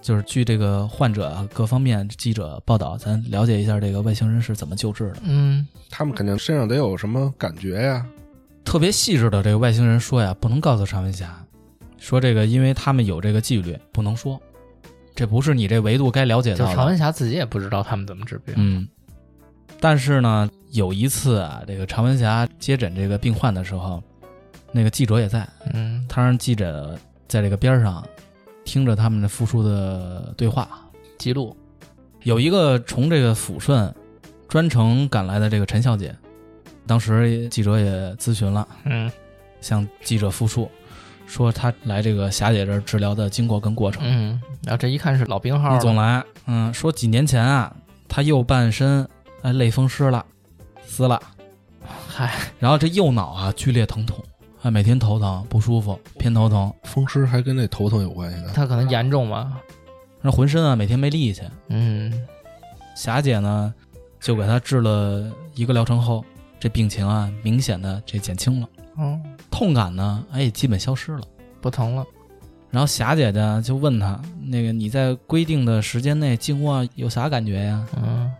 Speaker 3: 就是据这个患者啊各方面记者报道，咱了解一下这个外星人是怎么救治的。
Speaker 1: 嗯，
Speaker 2: 他们肯定身上得有什么感觉呀？
Speaker 3: 特别细致的这个外星人说呀，不能告诉常文霞，说这个因为他们有这个纪律，不能说，这不是你这维度该了解
Speaker 1: 就
Speaker 3: 到的。
Speaker 1: 常文霞自己也不知道他们怎么治病，
Speaker 3: 嗯，但是呢，有一次啊，这个常文霞接诊这个病患的时候，那个记者也在，
Speaker 1: 嗯，
Speaker 3: 他让记者在这个边上听着他们的复述的对话。
Speaker 1: 记录，
Speaker 3: 有一个从这个抚顺专程赶来的这个陈小姐，当时记者也咨询了，
Speaker 1: 嗯
Speaker 3: 向记者复述说她来这个霞姐这儿治疗的经过跟过程。
Speaker 1: 嗯，然后这一看是老病号
Speaker 3: 那
Speaker 1: 了，
Speaker 3: 总来，嗯，说几年前啊，他右半身哎类风湿了，撕了，
Speaker 1: 嗨，
Speaker 3: 然后这右脑啊剧烈疼痛，哎，每天头疼不舒服，偏头疼，
Speaker 2: 风湿还跟那头疼有关系呢。
Speaker 1: 他可能严重吧，
Speaker 3: 那浑身啊每天没力气。
Speaker 1: 嗯，
Speaker 3: 霞姐呢，就给他治了一个疗程后，这病情啊明显的这减轻了，
Speaker 1: 哦，
Speaker 3: 痛感呢哎也基本消失了。
Speaker 1: 不疼了，
Speaker 3: 然后霞姐呢就问他，那个你在规定的时间内静卧有啥感觉呀？
Speaker 1: 嗯，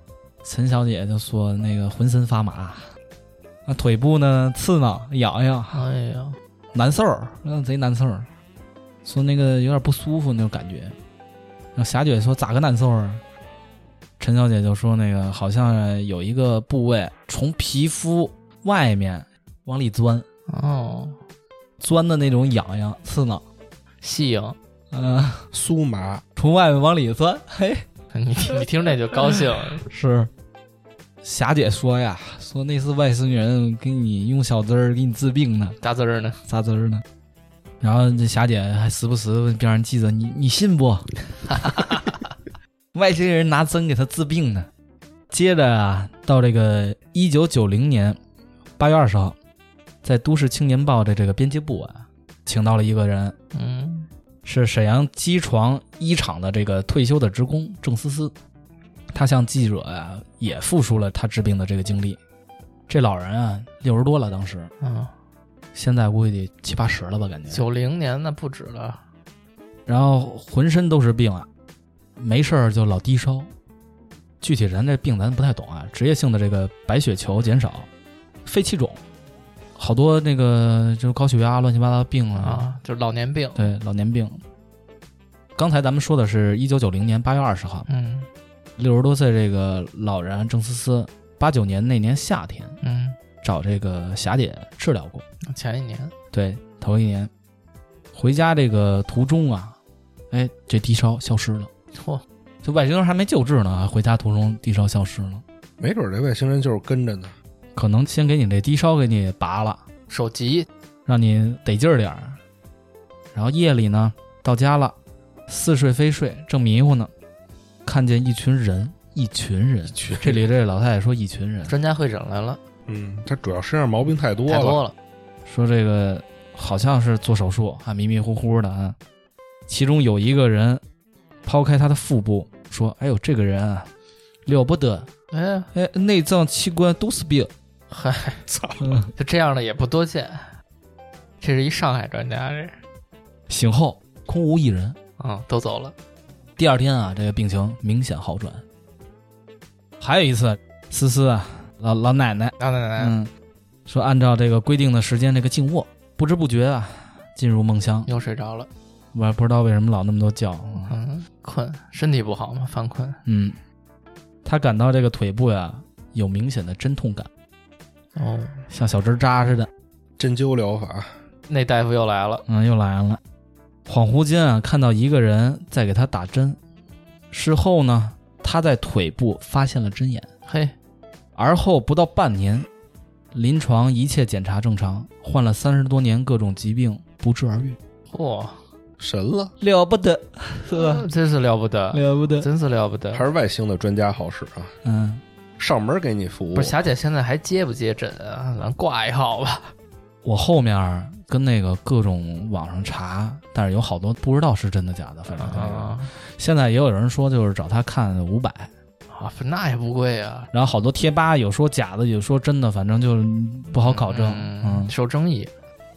Speaker 3: 陈小姐就说那个浑身发麻，那腿部呢刺挠痒痒，
Speaker 1: 哎呀，
Speaker 3: 难受儿，那贼难受儿，说那个有点不舒服那种感觉。然后霞姐说咋个难受啊？陈小姐就说那个好像有一个部位从皮肤外面往里钻，
Speaker 1: 哦，
Speaker 3: 钻的那种痒痒刺挠，
Speaker 1: 细影，
Speaker 3: 嗯、
Speaker 2: 酥麻，
Speaker 3: 从外面往里钻，嘿，
Speaker 1: 你听你听着这就高兴，
Speaker 3: 是。霞姐说呀，说那是外星人给你用小针儿给你治病呢。
Speaker 1: 大字儿呢，
Speaker 3: 扎针儿呢。然后这霞姐还时不时问边上记者：“你你信不？ 外星人拿针给他治病呢。”接着啊，到这个一九九零年八月二十号，在《都市青年报》的这个编辑部啊，请到了一个人，
Speaker 1: 嗯，
Speaker 3: 是沈阳机床一厂的这个退休的职工郑思思，他向记者啊也复述了他治病的这个经历。这老人啊，六十多了，当时，
Speaker 1: 嗯，
Speaker 3: 现在估计得七八十了吧，感觉。
Speaker 1: 九零年那不止了，
Speaker 3: 然后浑身都是病啊，没事儿就老低烧。具体咱这病咱不太懂啊，职业性的这个白血球减少、肺气肿，好多那个就是高血压、乱七八糟的病啊，
Speaker 1: 啊，就是老年病，
Speaker 3: 对，老年病。刚才咱们说的是一九九零年八月二十号，
Speaker 1: 嗯
Speaker 3: 六十多岁这个老人啊郑思思，八九年那年夏天
Speaker 1: 嗯，
Speaker 3: 找这个霞姐治疗过。
Speaker 1: 前一年，
Speaker 3: 对，头一年回家这个途中啊，哎，这低烧消失了。
Speaker 1: 嚯，
Speaker 3: 这外星人还没救治呢，回家途中低烧消失了，
Speaker 2: 没准儿这外星人就是跟着呢。
Speaker 3: 可能先给你这低烧给你拔了，
Speaker 1: 手急，
Speaker 3: 让你得劲儿点儿。然后夜里呢，到家了，似睡非睡，正迷糊呢，看见一群人，一群人，
Speaker 2: 去
Speaker 3: 这里这老太太说一群人，
Speaker 1: 专家会诊来了，
Speaker 2: 嗯，他主要身上毛病太多
Speaker 1: 太
Speaker 2: 了，
Speaker 1: 多了，
Speaker 3: 说这个好像是做手术，还迷迷糊糊的啊。其中有一个人抛开他的腹部说：“哎呦，这个人啊，了不得，
Speaker 1: 哎，
Speaker 3: 哎，内脏器官都是病。
Speaker 1: 嗨。
Speaker 2: 操，
Speaker 3: 嗯
Speaker 1: 就这样的也不多见。这是一上海专家，这是
Speaker 3: 醒后空无一人。
Speaker 1: 嗯，都走了，
Speaker 3: 第二天啊，这个病情明显好转。还有一次，思思啊，老老奶奶，
Speaker 1: 老奶奶
Speaker 3: 嗯，说按照这个规定的时间，这个静卧，不知不觉啊，进入梦乡。
Speaker 1: 又睡着了，
Speaker 3: 我也不知道为什么老那么多觉。嗯
Speaker 1: 嗯，困，身体不好嘛，犯困，
Speaker 3: 嗯，他感到这个腿部呀有明显的针痛感，
Speaker 1: 哦，
Speaker 3: 像小针扎似的。
Speaker 2: 针灸疗法，
Speaker 1: 那大夫又来了，
Speaker 3: 嗯，又来了。恍惚间啊，看到一个人在给他打针。事后呢，他在腿部发现了针眼。
Speaker 1: 嘿，
Speaker 3: 而后不到半年，临床一切检查正常，患了三十多年各种疾病不治而愈，
Speaker 1: 嚯，
Speaker 2: 神了，
Speaker 3: 了不得，是吧？
Speaker 1: 真是了不得，
Speaker 3: 了不得，
Speaker 1: 真是了不得。
Speaker 2: 还是外星的专家好使啊，
Speaker 3: 嗯，
Speaker 2: 上门给你服务
Speaker 1: 不是，霞姐现在还接不接诊啊？咱挂一号吧。
Speaker 3: 我后面儿跟那个各种网上查，但是有好多不知道是真的假的，反正、
Speaker 1: 啊
Speaker 3: 现在也有人说就是找他看五百，
Speaker 1: 啊，那也不贵啊，
Speaker 3: 然后好多贴吧有说假的，有说真的，反正就不好考证。嗯，
Speaker 1: 受争议。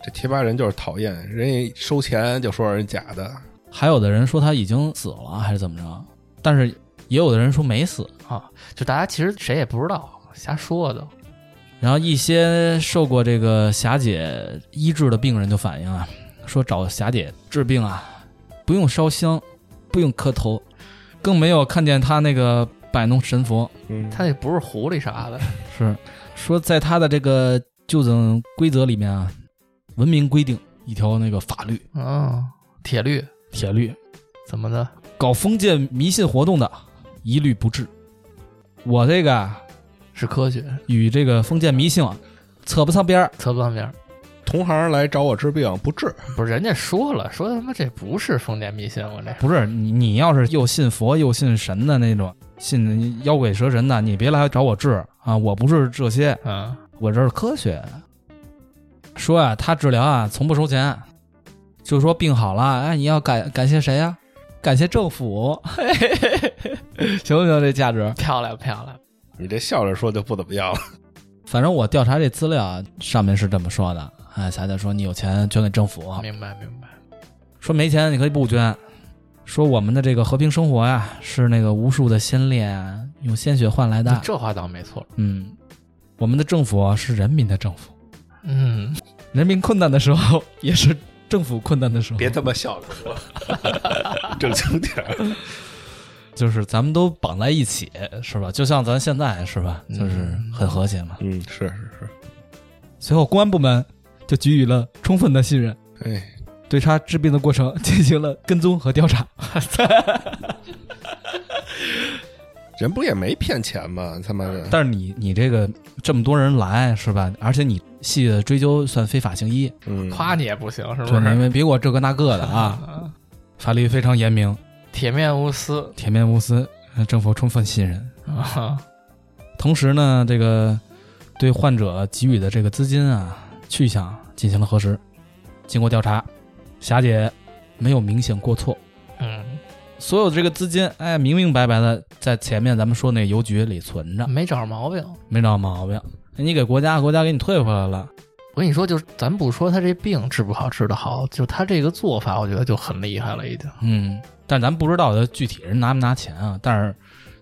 Speaker 2: 这贴吧人就是讨厌，人家收钱就说人假的，
Speaker 3: 还有的人说他已经死了还是怎么着，但是也有的人说没死。
Speaker 1: 就大家其实谁也不知道，瞎说的。
Speaker 3: 然后一些受过这个霞姐医治的病人就反映啊，说找霞姐治病啊，不用烧香，不用磕头，更没有看见她那个摆弄神佛，
Speaker 2: 嗯，
Speaker 1: 他那不是狐狸啥的，
Speaker 3: 是说在她的这个就诊规则里面啊，文明规定一条那个法律
Speaker 1: 嗯，铁律
Speaker 3: 铁律，
Speaker 1: 怎么的？
Speaker 3: 搞封建迷信活动的，一律不治。我这个啊
Speaker 1: 是科学，
Speaker 3: 与这个封建迷信啊扯不上边儿，
Speaker 1: 侧半边儿
Speaker 2: 同行来找我治病不治，
Speaker 1: 不是人家说了，说他妈这不是封建迷信，我这
Speaker 3: 不是你，你要是又信佛又信神的那种，信妖鬼蛇神的，你别来找我治啊！我不是这些，
Speaker 1: 嗯，
Speaker 3: 我这是科学。说啊，他治疗啊，从不收钱，就说病好了，哎，你要感感谢谁呀、感谢政府， 行不行？这价值？
Speaker 1: 漂亮漂亮，
Speaker 2: 你这笑着说就不怎么样了。
Speaker 3: 反正我调查这资料啊，上面是这么说的。哎，霞霞说你有钱捐给政府，
Speaker 1: 明白明白，
Speaker 3: 说没钱你可以不捐，说我们的这个和平生活呀、是那个无数的先烈啊用鲜血换来的。
Speaker 1: 这话倒没错，
Speaker 3: 嗯，我们的政府啊是人民的政府，
Speaker 1: 嗯，
Speaker 3: 人民困难的时候也是政府困难的时候。
Speaker 2: 别他妈笑着说， 正经点儿。
Speaker 3: 就是咱们都绑在一起，是吧？就像咱现在是吧，
Speaker 1: 嗯
Speaker 3: 就是很和谐嘛。
Speaker 2: 嗯，是是是，
Speaker 3: 随后，公安部门就给予了充分的信任，
Speaker 2: 哎，
Speaker 3: 对他治病的过程进行了跟踪和调查。
Speaker 2: 人不也没骗钱吗？他妈的，
Speaker 3: 但是你你这个这么多人来是吧？而且你细的追究算非法行医，
Speaker 2: 嗯，
Speaker 1: 夸你也不行，是不
Speaker 3: 对，你
Speaker 1: 是？
Speaker 3: 们别给我这个那个的 啊！
Speaker 1: 啊，
Speaker 3: 法律非常严明，
Speaker 1: 铁面无私
Speaker 3: 铁面无私，呃政府充分信任。
Speaker 1: 啊，
Speaker 3: 同时呢，这个对患者给予的这个资金啊去向进行了核实。经过调查，霞姐没有明显过错，
Speaker 1: 嗯，
Speaker 3: 所有这个资金哎明明白白的在前面咱们说那邮局里存着，
Speaker 1: 没找着毛病。
Speaker 3: 没找毛病。哎你给国家，国家给你退回来了。
Speaker 1: 我跟你说，就是咱不说他这病治不好治得好，就他这个做法，我觉得就很厉害了，已经。
Speaker 3: 嗯，但咱不知道他具体人拿没拿钱啊。但是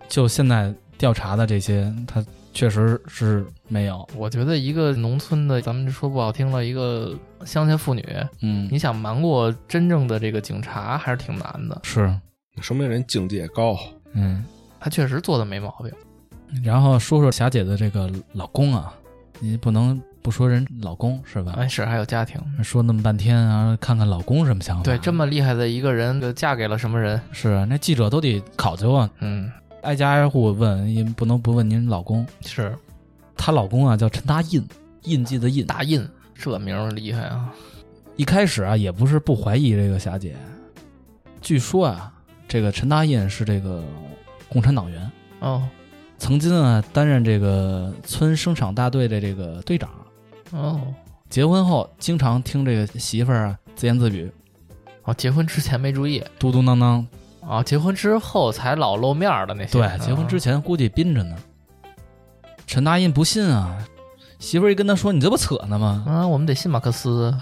Speaker 3: 就现在调查的这些，他确实是没有。
Speaker 1: 我觉得一个农村的，咱们说不好听了，一个乡下妇女，
Speaker 3: 嗯
Speaker 1: 你，想瞒过真正的这个警察，还是挺难的。
Speaker 3: 是，
Speaker 2: 说明人境界高。
Speaker 3: 嗯。
Speaker 1: 他确实做的没毛病，
Speaker 3: 然后说说霞姐的这个老公啊，你不能不说人老公是吧？
Speaker 1: 哎，是还有家庭。
Speaker 3: 说那么半天啊，看看老公什么想法？
Speaker 1: 对，这么厉害的一个人，就嫁给了什么人？
Speaker 3: 是啊那记者都得考究啊，
Speaker 1: 嗯，
Speaker 3: 挨家挨户问，也不能不问您老公。
Speaker 1: 是
Speaker 3: 她老公啊叫陈大印，印记的印。
Speaker 1: 大印，这名儿厉害啊！
Speaker 3: 一开始啊也不是不怀疑这个霞姐，据说啊这个陈大印是这个共产党员，
Speaker 1: 哦
Speaker 3: 曾经啊担任这个村生产大队的这个队长。
Speaker 1: 哦
Speaker 3: 结婚后经常听这个媳妇儿啊自言自语，
Speaker 1: 哦，结婚之前没注意
Speaker 3: 嘟嘟囔囔，
Speaker 1: 啊，结婚之后才老露面儿的那些。
Speaker 3: 对，结婚之前估计憋着呢。陈大印不信啊，媳妇儿一跟他说：“你这不扯呢吗
Speaker 1: 啊，我们得信马克思。？”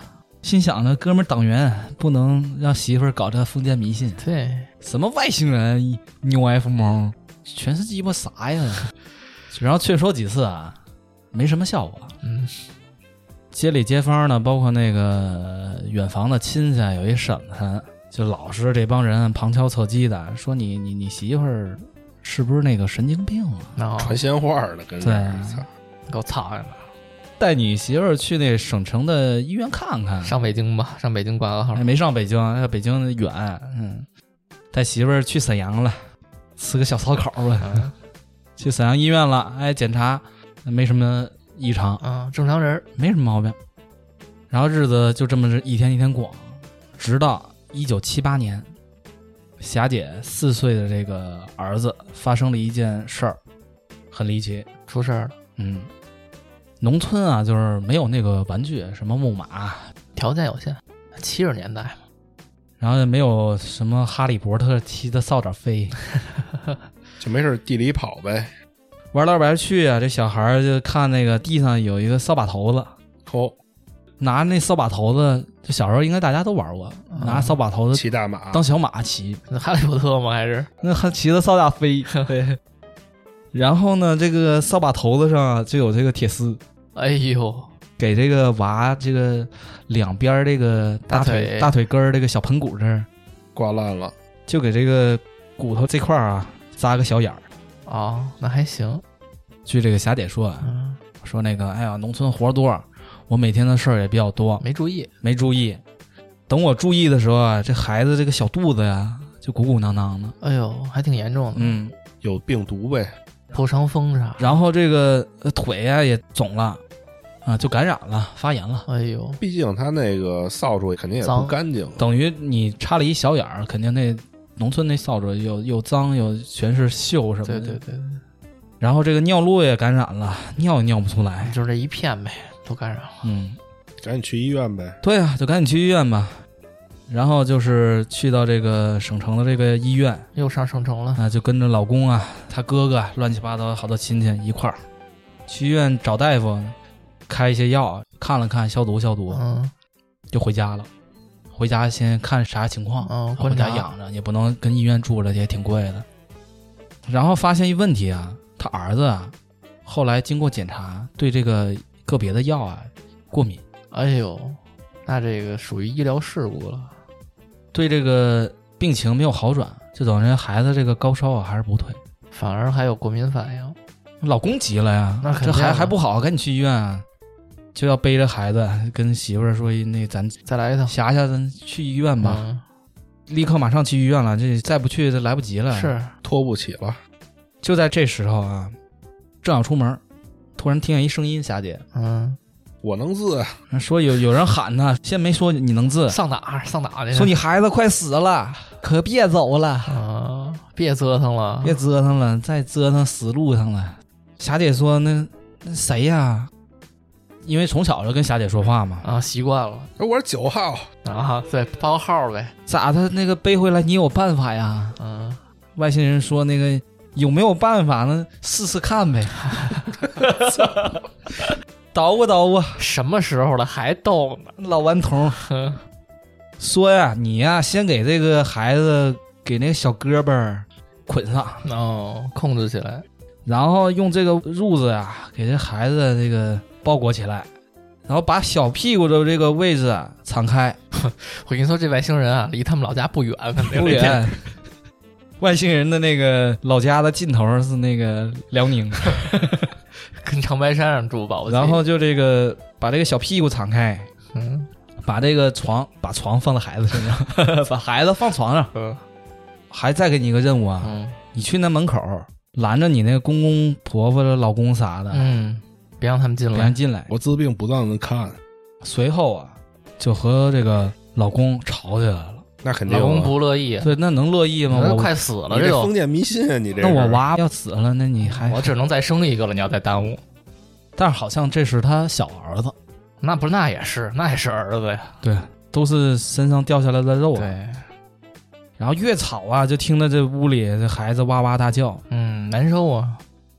Speaker 3: 心想呢，哥们儿党员不能让媳妇儿搞这封建迷信，
Speaker 1: 对，
Speaker 3: 什么外星人、牛 F 猫，全是鸡巴啥呀？ 然后劝说几次啊，没什么效果。
Speaker 1: 嗯
Speaker 3: 街里街坊呢，包括那个远房的亲戚啊，有一婶子，就老是这帮人旁敲侧击的说你你你媳妇儿是不是那个神经病啊？，
Speaker 1: 然后
Speaker 2: 传闲话呢，跟
Speaker 3: 对
Speaker 2: 人操，
Speaker 1: 给我操下来了。
Speaker 3: 带你媳妇儿去那省城的医院看看。
Speaker 1: 上北京吧，上北京挂个号
Speaker 3: 哎。没上北京，哎北京远，嗯，带媳妇儿去沈阳了，吃个小烧烤吧。
Speaker 1: 嗯
Speaker 3: 去沈阳医院了，哎，检查没什么异常，
Speaker 1: 啊，正常人儿
Speaker 3: 没什么毛病。然后日子就这么一天一天过，直到一九七八年，霞姐四岁的这个儿子发生了一件事儿，很离奇。
Speaker 1: 出事儿了，
Speaker 3: 嗯，农村啊，就是没有那个玩具，什么木马，
Speaker 1: 条件有限。七十年代嘛，
Speaker 3: 然后也没有什么哈利波特骑着扫帚飞，
Speaker 2: 就没事儿地里跑呗。
Speaker 3: 玩来玩去啊，这小孩儿就看那个地上有一个扫把头子，
Speaker 2: 哦，
Speaker 3: 拿那扫把头子，就小时候应该大家都玩过，拿扫把头子
Speaker 2: 骑大马，
Speaker 3: 呃当小马骑，
Speaker 1: 那哈利波特吗？还是
Speaker 3: 那还骑着扫把 飞。对，然后呢，这个扫把头子上啊就有这个铁丝，
Speaker 1: 哎呦，
Speaker 3: 给这个娃这个两边儿这个大
Speaker 1: 大腿
Speaker 3: 腿大腿根儿这个小盆骨这儿，
Speaker 2: 挂烂了。
Speaker 3: 就给这个骨头这块儿啊扎个小眼儿。
Speaker 1: 哦，那还行。
Speaker 3: 据这个霞姐说啊，
Speaker 1: 嗯，
Speaker 3: 说那个，哎呀，农村活儿多，我每天的事儿也比较多，
Speaker 1: 没注意。
Speaker 3: 没注意。等我注意的时候啊，这孩子这个小肚子呀，就鼓鼓囊囊的，
Speaker 1: 哎呦，还挺严重的，
Speaker 3: 嗯，
Speaker 2: 有病毒呗，
Speaker 1: 破伤风啥。
Speaker 3: 然后这个呃腿呀、也肿了，啊，就感染了，发炎了，
Speaker 1: 哎呦，
Speaker 2: 毕竟他那个扫帚肯定也不
Speaker 1: 脏
Speaker 2: 干净，
Speaker 3: 等于你插了一小眼儿，肯定那农村那扫帚又又脏又全是锈什么
Speaker 1: 对
Speaker 3: 的，
Speaker 1: 对对，
Speaker 3: 然后这个尿路也感染了，尿也尿不出来，
Speaker 1: 就是这一片呗，都感染了。
Speaker 3: 嗯，
Speaker 2: 赶紧去医院呗。
Speaker 3: 对啊，就赶紧去医院吧。然后就是去到这个省城的这个医院
Speaker 1: 又上省城了，
Speaker 3: 啊，就跟着老公啊、他哥哥啊乱七八糟好多亲戚一块儿去医院找大夫，开一些药，看了看消毒消毒，
Speaker 1: 嗯
Speaker 3: 就回家了。回家先看啥情况，啊
Speaker 1: 嗯，
Speaker 3: 回
Speaker 1: 观
Speaker 3: 家
Speaker 1: 察
Speaker 3: 养着，也不能跟医院住着，也挺贵的。然后发现一问题啊，他儿子啊，后来经过检查，对这个个别的药啊过敏。
Speaker 1: 哎呦，那这个属于医疗事故了。
Speaker 3: 对这个病情没有好转，就等于孩子这个高烧啊还是不退。
Speaker 1: 反而还有过敏反应，
Speaker 3: 老公急了呀，
Speaker 1: 那肯
Speaker 3: 这
Speaker 1: 定
Speaker 3: 还
Speaker 1: 啊
Speaker 3: 还不好，赶紧去医院啊！就要背着孩子跟媳妇儿说，那咱
Speaker 1: 再来一趟
Speaker 3: 霞霞，咱去医院吧，
Speaker 1: 嗯
Speaker 3: 立刻马上去医院了，这再不去这来不及了。，
Speaker 1: 是
Speaker 2: 拖不起了，
Speaker 3: 就在这时候啊，正要出门，突然听见一声音，霞姐
Speaker 1: 嗯，
Speaker 2: 我能自
Speaker 3: 说有有人喊她，先没说你能治，
Speaker 1: 上哪儿上哪儿去？
Speaker 3: 说你孩子快死了，可别走了。
Speaker 1: 啊，别折腾了，
Speaker 3: 别折腾了，再折腾死路上了。霞姐说：“那那谁呀？因为从小就跟霞姐说话嘛，
Speaker 1: 啊，习惯了
Speaker 2: 哎我是九号，
Speaker 1: 啊，对，报号呗，
Speaker 3: 咋他那个背回来？你有办法呀？”
Speaker 1: 嗯，
Speaker 3: 外星人说：“那个有没有办法呢？试试看呗。”捣鼓捣鼓，啊
Speaker 1: 什么时候了还逗呢？
Speaker 3: 老顽童
Speaker 1: 哼
Speaker 3: 说呀：“你呀，先给这个孩子给那个小胳膊儿捆上，
Speaker 1: 哦，控制起来，
Speaker 3: 然后用这个褥子啊，给这孩子这个包裹起来，然后把小屁股的这个位置啊敞开，
Speaker 1: 我跟你说，这外星人啊，离他们老家不远，肯定
Speaker 3: 不 远。外星人的那个老家的尽头是那个辽宁，
Speaker 1: 跟长白山上住吧。我记得
Speaker 3: 然后就这个把这个小屁股敞开，
Speaker 1: 嗯
Speaker 3: 把这个床把床放在孩子身 上，把孩子放床上，
Speaker 1: 嗯
Speaker 3: 还再给你一个任务啊，
Speaker 1: 嗯
Speaker 3: 你去那门口拦着你那个公公婆婆的老公啥的，
Speaker 1: 嗯，别让他们进
Speaker 3: 别
Speaker 1: 来
Speaker 3: 让，进来。
Speaker 2: 我自病不让人看，
Speaker 3: 随后啊，就和这个老公吵起来了。
Speaker 2: 那肯定
Speaker 1: 老
Speaker 2: 啊。
Speaker 1: 公不乐意，
Speaker 3: 嗯对，那能乐意吗？
Speaker 1: 那
Speaker 3: 我
Speaker 1: 快死了
Speaker 2: 你
Speaker 1: 这
Speaker 2: 这
Speaker 1: 都
Speaker 2: 封，建迷信啊！你这
Speaker 3: 那我
Speaker 2: 是
Speaker 3: 娃要死了，那你还……
Speaker 1: 我只能再生一个了。你要再耽误，
Speaker 3: 但是好像这是他小儿子，
Speaker 1: 那不那也是那也是儿子呀，
Speaker 3: 对，都是身上掉下来的肉啊。
Speaker 1: 对。
Speaker 3: 然后越吵啊，就听着这屋里这孩子哇哇大叫。
Speaker 1: 嗯，难受啊！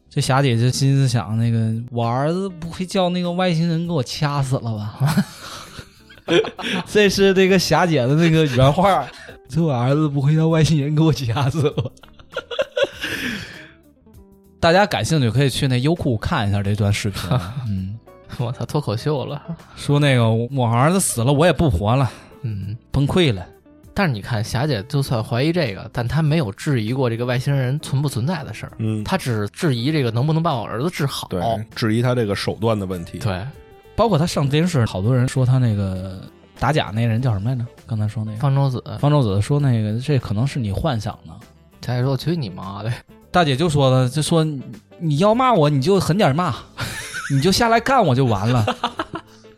Speaker 3: 这霞姐就心思想，那个我儿子不会叫那个外星人给我掐死了吧？ 这是这个霞姐的那个原话，这我儿子不会让外星人给我 掐死了吧？大家感兴趣可以去那优酷看一下这段视频啊。嗯，
Speaker 1: 我操，脱口秀了。
Speaker 3: 说那个我儿子死了，我也不活了，
Speaker 1: 嗯，
Speaker 3: 崩溃了。
Speaker 1: 但是你看，霞姐就算怀疑这个，但她没有质疑过这个外星人存不存在的事儿，
Speaker 2: 嗯，
Speaker 1: 她只质疑这个能不能把我儿子治好。
Speaker 2: 对，质疑他这个手段的问题。
Speaker 1: 哦对
Speaker 3: 包括他上电视，好多人说他那个打假那人叫什么来着？刚才说那个
Speaker 1: 方舟子，
Speaker 3: 方舟子说那个这可能是你幻想的。
Speaker 1: 佳姐说：“我去你妈的
Speaker 3: 大姐就说了，就说你你要骂我，你就狠点骂，你就下来干我就完了。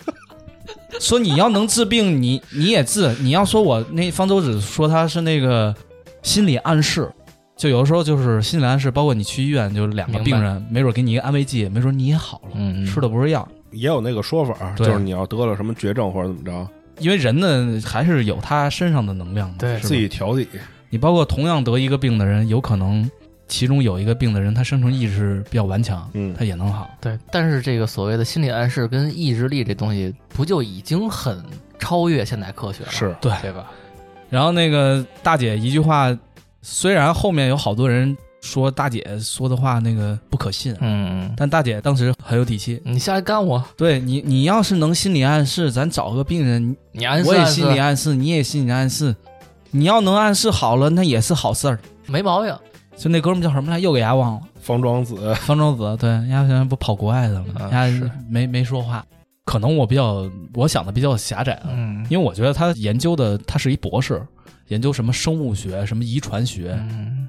Speaker 3: 说你要能治病，你你也治；你要说我那方舟子说他是那个心理暗示，就有的时候就是心理暗示，包括你去医院，就两个
Speaker 1: 明白
Speaker 3: 病人，没准给你一个安慰剂，没准你也好了，
Speaker 1: 嗯嗯
Speaker 3: 吃的不是药。
Speaker 2: 也有那个说法，就
Speaker 3: 对
Speaker 2: 是你要得了什么绝症或者怎么着，
Speaker 3: 因为人呢，还是有他身上的能量嘛。
Speaker 1: 对
Speaker 3: 是吧
Speaker 2: 自己调理。
Speaker 3: 你包括同样得一个病的人，有可能其中有一个病的人，他生存意志比较顽强，
Speaker 2: 嗯
Speaker 3: 他也能好。！”
Speaker 1: 对，但是这个所谓的心理暗示跟意志力这东西，不就已经很超越现代科学了？
Speaker 2: 是
Speaker 3: 对
Speaker 1: 对吧？
Speaker 3: 然后那个大姐一句话，虽然后面有好多人说大姐说的话那个不可信，啊
Speaker 1: 嗯，
Speaker 3: 但大姐当时很有底气。
Speaker 1: 你下来干我，
Speaker 3: 对你，你要是能心理暗示，咱找个病人，
Speaker 1: 你暗示
Speaker 3: 我也
Speaker 1: 暗示
Speaker 3: 心理暗示，你也心理暗示，你要能暗示好了，那也是好事儿。
Speaker 1: 没毛病。
Speaker 3: 就那哥们叫什么来，又给伢忘了，
Speaker 2: 方庄子，
Speaker 3: 方舟子。对，伢现在不跑国外去了吗？
Speaker 1: 啊
Speaker 3: 伢
Speaker 1: 是
Speaker 3: 没没说话，可能我比较我想的比较狭窄啊，
Speaker 1: 嗯，
Speaker 3: 因为我觉得他研究的他是一博士，研究什么生物学、什么遗传学，
Speaker 1: 嗯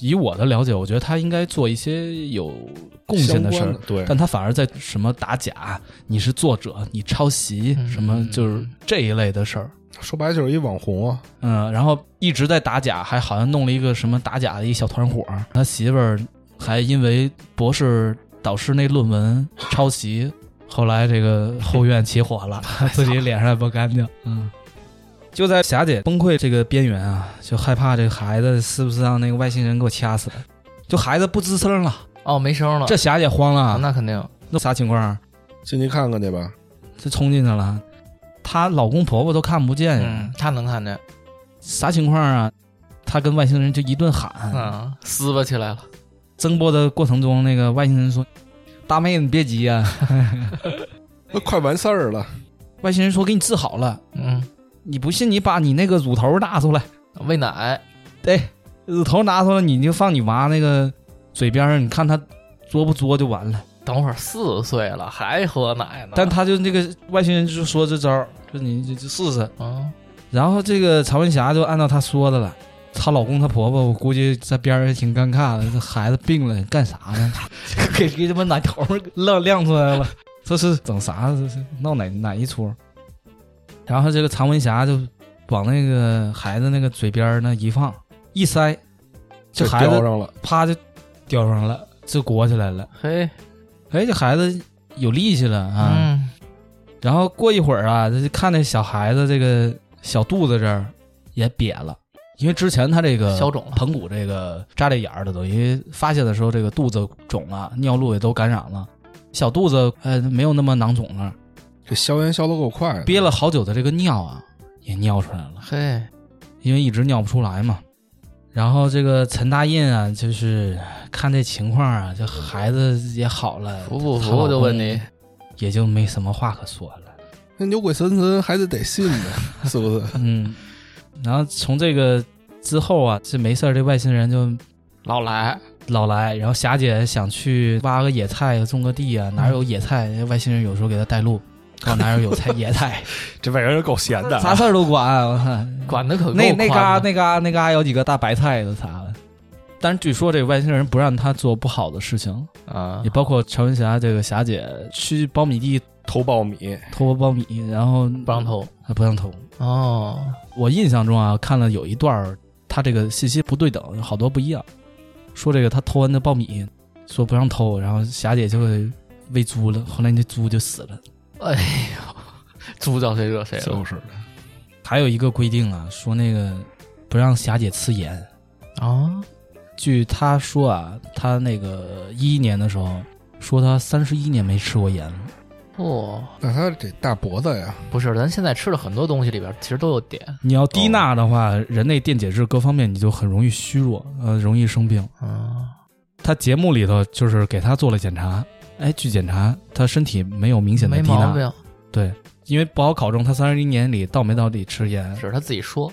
Speaker 3: 以我的了解，我觉得他应该做一些有 贡献的事
Speaker 2: 相
Speaker 3: 儿
Speaker 2: 关，对，
Speaker 3: 但他反而在什么打假、你是作者、你抄袭
Speaker 1: 嗯
Speaker 3: 什么，就是这一类的事儿。
Speaker 2: 说白了就是一网红啊，
Speaker 3: 嗯，然后一直在打假，还好像弄了一个什么打假的一小团伙儿。他媳妇儿还因为博士导师那论文抄袭，后来这个后院起 火了，
Speaker 1: 哎
Speaker 3: 自己脸上也不干净。嗯，就在霞姐崩溃这个边缘啊，就害怕这个孩子是不是让那个外星人给我掐死，就孩子不吱声了，
Speaker 1: 哦，没声了，
Speaker 3: 这霞姐慌
Speaker 1: 啊
Speaker 3: 了，
Speaker 1: 那肯定。
Speaker 3: 那啥情况？
Speaker 2: 进去看看去吧。
Speaker 3: 就冲进去了，她老公婆婆都看不见呀，
Speaker 1: 嗯，他能看见。
Speaker 3: 啥情况啊？她跟外星人就一顿喊，
Speaker 1: 嗯，撕巴起来了。
Speaker 3: 争播的过程中，那个外星人说：“大妹，你别急啊呀、
Speaker 2: 那快完事儿了，
Speaker 3: 外星人说：“给你治好了，
Speaker 1: 嗯，
Speaker 3: 你不信你把你那个乳头拿出来，哎
Speaker 1: 喂奶。
Speaker 3: 乳头拿出来你就放你娃那个嘴边上，你看他嘬不嘬就完了。
Speaker 1: 等会儿四岁了还喝奶呢”，
Speaker 3: 但他就那个外星人就说这招儿，就你就就试试。
Speaker 1: 嗯
Speaker 3: 然后这个曹文霞就按照他说的了。她老公她婆婆，我估计在边上也挺尴尬的。这孩子病了，干啥呢？ 给给他妈奶头儿亮亮出来了，这是整啥？这是闹哪哪一出？然后这个常文霞就往那个孩子那个嘴边儿那一放，一塞，这
Speaker 2: 就
Speaker 3: 孩
Speaker 2: 叼
Speaker 3: 子
Speaker 2: 上了，
Speaker 3: 啪就叼上了，就裹起来了。
Speaker 1: 嘿，
Speaker 3: 哎，这孩子有力气了啊！
Speaker 1: 嗯，
Speaker 3: 然后过一会儿啊，他就看那小孩子这个小肚子这儿也瘪了，因为之前他这个
Speaker 1: 消肿了
Speaker 3: 盆骨这个扎这眼儿的，等于发泄的时候这个肚子肿了，尿路也都感染了，小肚子呃没有那么囊肿了，
Speaker 2: 这消炎消的够快的，
Speaker 3: 憋了好久的这个尿啊也尿出来了，
Speaker 1: 嘿，
Speaker 3: 因为一直尿不出来嘛。然后这个陈大印啊，就是看这情况啊，这孩子也好了，
Speaker 1: 服不
Speaker 3: 她老
Speaker 1: 服？
Speaker 3: 公
Speaker 1: 就问你，
Speaker 3: 也就没什么话可说了。
Speaker 2: 那牛鬼神神还是得信 的，是不是？
Speaker 3: 嗯，然后从这个之后啊，这没事儿，这外星人就
Speaker 1: 老来，
Speaker 3: 老来。然后霞姐想去挖个野菜、种个地啊，哪有野菜？外星人有时候给她带 路，告诉哪有有菜野 菜，
Speaker 2: 这外星人够闲的啊
Speaker 3: 啥事儿都管。我 操，
Speaker 1: 管的可够
Speaker 3: 那那
Speaker 1: 宽的
Speaker 3: 嘎那嘎那嘎有几个大白菜的啥的。但是据说这外星人不让他做不好的事情，
Speaker 1: 啊
Speaker 3: 也，包括乔文霞这个霞姐去苞米地
Speaker 2: 偷苞米，
Speaker 3: 偷苞米，然后
Speaker 1: 不让偷。
Speaker 3: 啊不让偷，
Speaker 1: 哦，
Speaker 3: 我印象中啊，看了有一段儿，他这个信息不对等，好多不一样。说这个他偷完的苞米，说不让偷，然后霞姐就给喂猪了，后来那猪就死了。
Speaker 1: 哎呦，猪叫谁惹谁了？
Speaker 2: 就是的
Speaker 3: 还有一个规定啊，说那个不让霞姐吃盐。
Speaker 1: 啊，
Speaker 3: 据他说啊，他那个一一年的时候，说他三十一年没吃过盐了。
Speaker 1: 嚯，
Speaker 3: 哦
Speaker 2: 那他这大脖子呀，
Speaker 1: 不是，咱现在吃的很多东西里边其实都有碘，
Speaker 3: 你要低钠的话，人类电解质各方面你就很容易虚弱，呃，容易生病。哦
Speaker 1: 嗯，
Speaker 3: 他节目里头就是给他做了检查，哎，去检查他身体没有明显的
Speaker 1: 没
Speaker 3: 低
Speaker 1: 毛
Speaker 3: 钠，
Speaker 1: 病，
Speaker 3: 对，因为不好考证他三十一年里到没到底吃盐。
Speaker 1: 只是他自己说，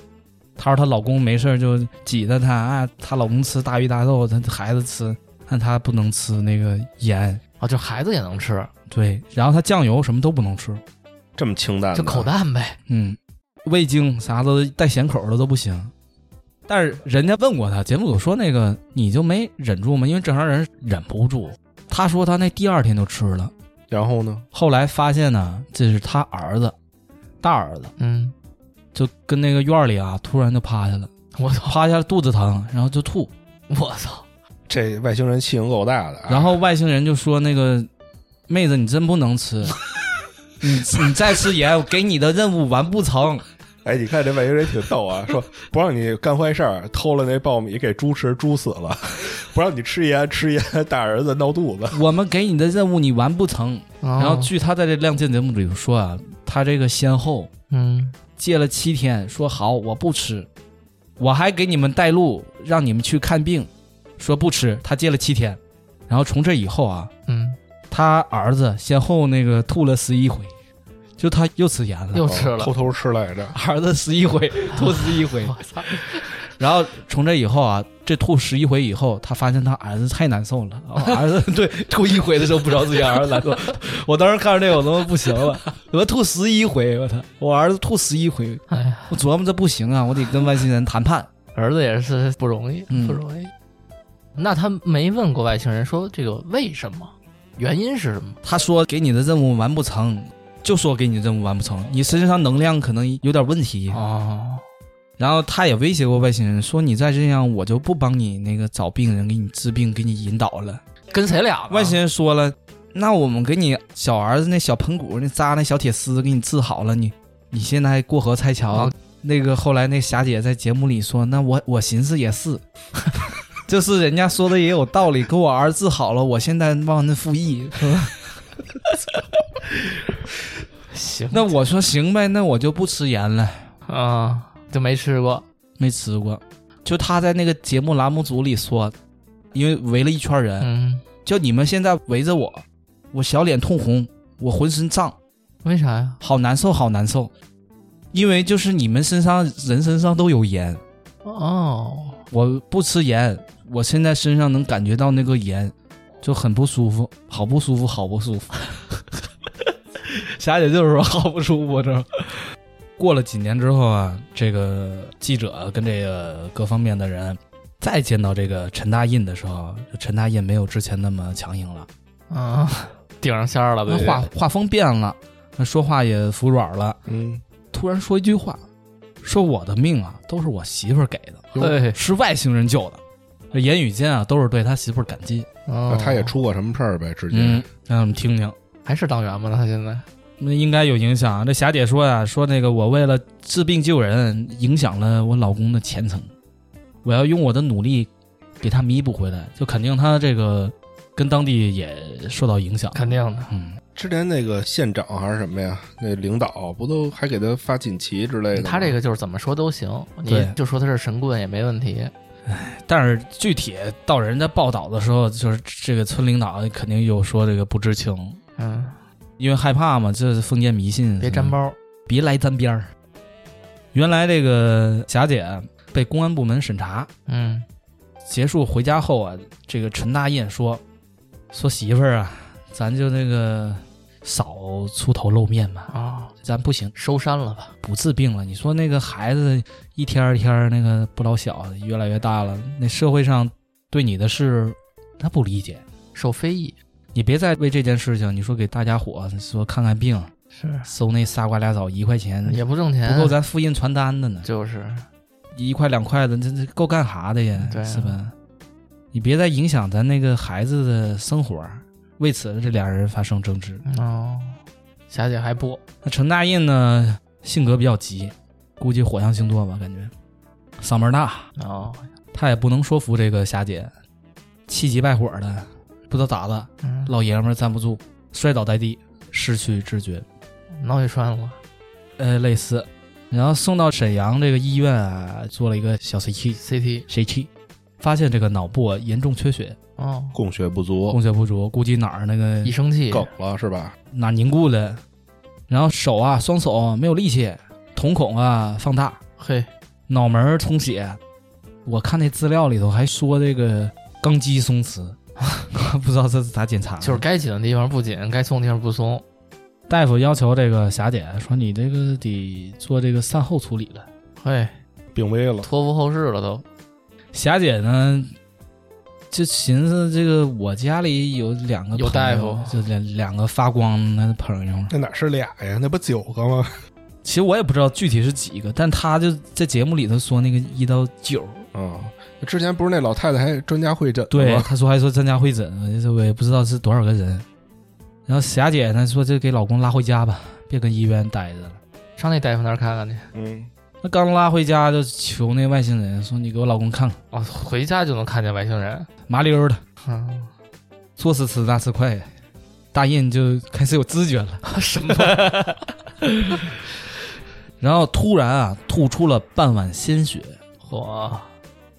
Speaker 3: 她说她老公没事儿就挤着她啊，她老公吃大鱼大肉，她孩子吃，但她不能吃那个盐，
Speaker 1: 啊、哦，就孩子也能吃，
Speaker 3: 对，然后它酱油什么都不能吃，
Speaker 2: 这么清淡的，
Speaker 1: 就口淡呗。
Speaker 3: 嗯，味精啥的带咸口的都不行。但是人家问过他，节目组说那个你就没忍住吗？因为正常人忍不住。他说他那第二天就吃了，
Speaker 2: 然后呢，
Speaker 3: 后来发现呢，这是他儿子，大儿子
Speaker 1: 嗯，
Speaker 3: 就跟那个院儿里啊，突然就趴下了，
Speaker 1: 我操，
Speaker 3: 趴下肚子疼，然后就吐。
Speaker 1: 我操，
Speaker 2: 这外星人气性够大的啊。
Speaker 3: 然后外星人就说：“那个妹子，你真不能吃，你你再吃盐，我给你的任务完不成。
Speaker 2: 哎，你看这外星人挺逗啊， 说不让你干坏事儿，偷了那苞米给猪吃，猪死了； 不让你吃盐，吃盐大儿子闹肚子。
Speaker 3: 我们给你的任务你完不成。”
Speaker 1: 然
Speaker 3: 然后据他在这《亮剑》节目里说啊，他这个先后
Speaker 1: 嗯，
Speaker 3: 戒了七天，说好我不吃，我还给你们带路，让你们去看病，说不吃，他戒了七天。然后从这以后啊，
Speaker 1: 嗯，
Speaker 3: 他儿子先后那个吐了十一回，就他又 吃盐了，
Speaker 1: 又吃了
Speaker 2: 哦偷，偷吃来着。
Speaker 3: 儿子十一回，吐十 一回。
Speaker 1: 我操，
Speaker 3: 然后从这以后啊，这吐十一回以后，他发现他儿子太难受了。哦、儿子 对吐一回的时候不知道自己儿子难受，我当时看着这个我他妈不行了，我吐十一回，啊我操，我儿子吐十一回，
Speaker 1: 哎呀，
Speaker 3: 我琢磨这不行啊，我得跟外星人谈判。
Speaker 1: 儿子也是不容易，
Speaker 3: 嗯
Speaker 1: 不容易。那他没问过外星人说这个为什么，原因是什么？
Speaker 3: 他说给你的任务完不成，就说给你任务完不成，你身上能量可能有点问题。
Speaker 1: 哦，
Speaker 3: 然后他也威胁过外星人，说你再这样，我就不帮你那个找病人给你治病，给你引导了。
Speaker 1: 跟谁俩呢？
Speaker 3: 外星人说了，那我们给你小儿子那小盆骨那扎那小铁丝给你治好了，你你现在还过河拆桥。
Speaker 1: 啊
Speaker 3: 那个后来那霞姐在节目里说，那我我寻思也是， 就是人家说的也有道理，给我儿子治好了，我现在忘恩负义。
Speaker 1: 行，
Speaker 3: 那我说行呗，那我就不吃盐了，
Speaker 1: 啊、就没吃过，
Speaker 3: 没吃过。就他在那个节目栏目组里说，因为围了一圈人，
Speaker 1: 嗯，
Speaker 3: 就你们现在围着我，我小脸通红，我浑身胀。
Speaker 1: 为啥呀？
Speaker 3: 好难受，好难受，因为就是你们身上人身上都有盐，
Speaker 1: 哦，
Speaker 3: 我不吃盐，我现在身上能感觉到那个盐，就很不舒服，好不舒服，好不 舒服。霞姐就是说好不舒服，这。过了几年之后啊，这个记者跟这个各方面的人再见到这个陈大印的时候，就陈大印没有之前那么强硬了，
Speaker 1: 嗯，顶上仙儿了呗，
Speaker 3: 画画风变了，说话也服软了。
Speaker 2: 嗯，
Speaker 3: 突然说一句话，说我的命啊都是我媳妇儿给的，
Speaker 1: 对，
Speaker 3: 是外星人救的。这言语间啊都是对他媳妇儿感激。
Speaker 1: 哦
Speaker 2: 那他也出过什么事儿呗？直接、
Speaker 3: 嗯，让我们听听，
Speaker 1: 还是党员吗？他现在，
Speaker 3: 那应该有影响啊。这霞姐说呀、说那个我为了治病救人，影响了我老公的前程，我要用我的努力给他弥补回来。就肯定他这个跟当地也受到影响。
Speaker 1: 肯定的，
Speaker 3: 嗯，
Speaker 2: 之前那个县长还是什么呀？那领导不都还给他发锦旗之类的吗？
Speaker 1: 他这个就是怎么说都行，
Speaker 3: 对
Speaker 1: 你就说他是神棍也没问题。
Speaker 3: 但是具体到人家报道的时候，就是这个村领导肯定又说这个不知情，
Speaker 1: 嗯，
Speaker 3: 因为害怕嘛，这是封建迷信，
Speaker 1: 别沾，包。
Speaker 3: 别来沾边儿。原来这个霞姐被公安部门审查
Speaker 1: 嗯，
Speaker 3: 结束回家后啊，这个陈大印说：“说媳妇儿啊，咱就那个少出头露面吧，
Speaker 1: 哦，
Speaker 3: 咱不行，
Speaker 1: 收山了吧？
Speaker 3: 不治病了。你说那个孩子一天儿一天儿那个不老小，越来越大了，那社会上对你的事他不理解，
Speaker 1: 受非议
Speaker 3: 你别再为这件事情，你说给大家伙说看看病，
Speaker 1: 是
Speaker 3: 收那仨瓜俩枣一块钱，
Speaker 1: 也不挣钱，
Speaker 3: 不够咱复印传单的呢，
Speaker 1: 就是
Speaker 3: 一块两块的，这这够干哈的呀？
Speaker 1: 对啊
Speaker 3: 是吧？你别再影响咱那个孩子的生活儿。为此，这俩人发生争执。
Speaker 1: 哦。霞姐还播，
Speaker 3: 那陈大印呢，性格比较急，估计火象星座吧，感觉嗓门大，
Speaker 1: 哦，
Speaker 3: 他也不能说服这个霞姐，气急败火的，不知道咋的，
Speaker 1: 嗯，
Speaker 3: 老爷们儿站不住，摔倒在地，失去知觉。
Speaker 1: 脑血栓了，
Speaker 3: 呃，类似，然后送到沈阳这个医院啊，做了一个小 CT
Speaker 1: CT
Speaker 3: CT，发现这个脑部啊严重缺血，
Speaker 1: 哦，
Speaker 2: 供血不足
Speaker 3: 供，血不足，估计哪儿那个
Speaker 1: 一生气
Speaker 2: 梗了是吧？
Speaker 3: 哪儿凝固了，然后手啊双手没有力气，瞳孔啊放大，
Speaker 1: 嘿，
Speaker 3: 脑门儿充血。我看那资料里头还说这个肛肌松弛， 不知道这是咋检查的，
Speaker 1: 就是该紧的地方不紧，该松的地方不松。
Speaker 3: 大夫要求这个霞姐说你这个得做这个善后处理了。
Speaker 1: 嘿，
Speaker 2: 病危了，
Speaker 1: 托付后事了都。
Speaker 3: 霞姐呢就寻思这个我家里有两个
Speaker 1: 有大
Speaker 3: 朋友
Speaker 1: 夫
Speaker 3: 就两两个发光的朋友，
Speaker 2: 那哪是俩呀？那不九个吗？
Speaker 3: 其实我也不知道具体是几个，但他就在节目里头说那个一到九，
Speaker 2: 嗯，之前不是那老太太还专家会诊
Speaker 3: 对，
Speaker 2: 吗？
Speaker 3: 他说还说专家会诊，这我也不知道是多少个人。然后霞姐呢说就给老公拉回家吧，别跟医院待着了。
Speaker 1: 上那大夫那儿看看去。
Speaker 2: 嗯，
Speaker 3: 那刚拉回家就求那外星人说你给我老公看看，
Speaker 1: 哦，回家就能看见外星人。
Speaker 3: 麻溜的，
Speaker 1: 嗯，
Speaker 3: 说时迟那时快，大印就开始有知觉了。
Speaker 1: 什么？
Speaker 3: 然后突然啊吐出了半碗鲜血，
Speaker 1: 嚯，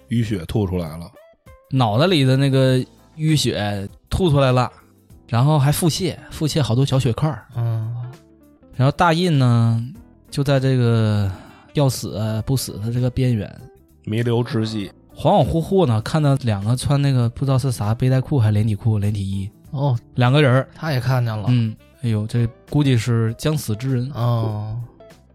Speaker 2: 淤血吐出来了，
Speaker 3: 脑袋里的那个淤血吐出来了，然后还腹泻，腹泻好多小血块儿。
Speaker 1: 嗯，
Speaker 3: 然后大印呢，就在这个要死啊不死的这个边缘，
Speaker 2: 弥留之际，
Speaker 3: 恍恍惚惚呢，看到两个穿那个不知道是啥背带裤还是连体裤、连体衣，
Speaker 1: 哦，
Speaker 3: 两个人儿，
Speaker 1: 他也看见了。
Speaker 3: 嗯，哎呦，这估计是将死之人，
Speaker 1: 哦，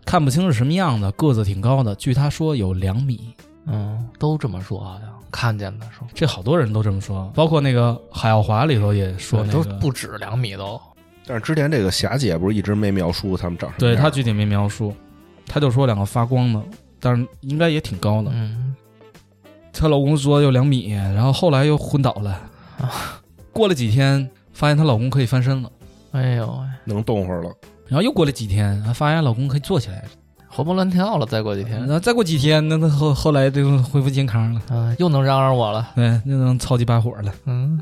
Speaker 3: 看不清是什么样的，个子挺高的，据他说有两米，
Speaker 1: 嗯，都这么说，好像看见的说，
Speaker 3: 这好多人都这么说，包括那个《海奥华》里头也说那
Speaker 1: 都
Speaker 3: 个，
Speaker 1: 不止两米都。
Speaker 2: 但是之前这个霞姐不是一直没描述他们长什么
Speaker 3: 对
Speaker 2: 样？
Speaker 3: 他具体没描述，他就说两个发光的，但是应该也挺高的，
Speaker 1: 嗯，
Speaker 3: 她老公说有两米，然后后来又昏倒了。过了几天，发现她老公可以翻身了，
Speaker 1: 哎呦喂，
Speaker 2: 能动会儿了，
Speaker 3: 然后又过了几天，还发现老公可以坐起来了。
Speaker 1: 活蹦乱跳了。再过几天
Speaker 3: 然，后再过几天，那那后后来就恢复健康了，
Speaker 1: 嗯，又能嚷嚷我了。
Speaker 3: 对，那能超级巴火了。
Speaker 1: 嗯，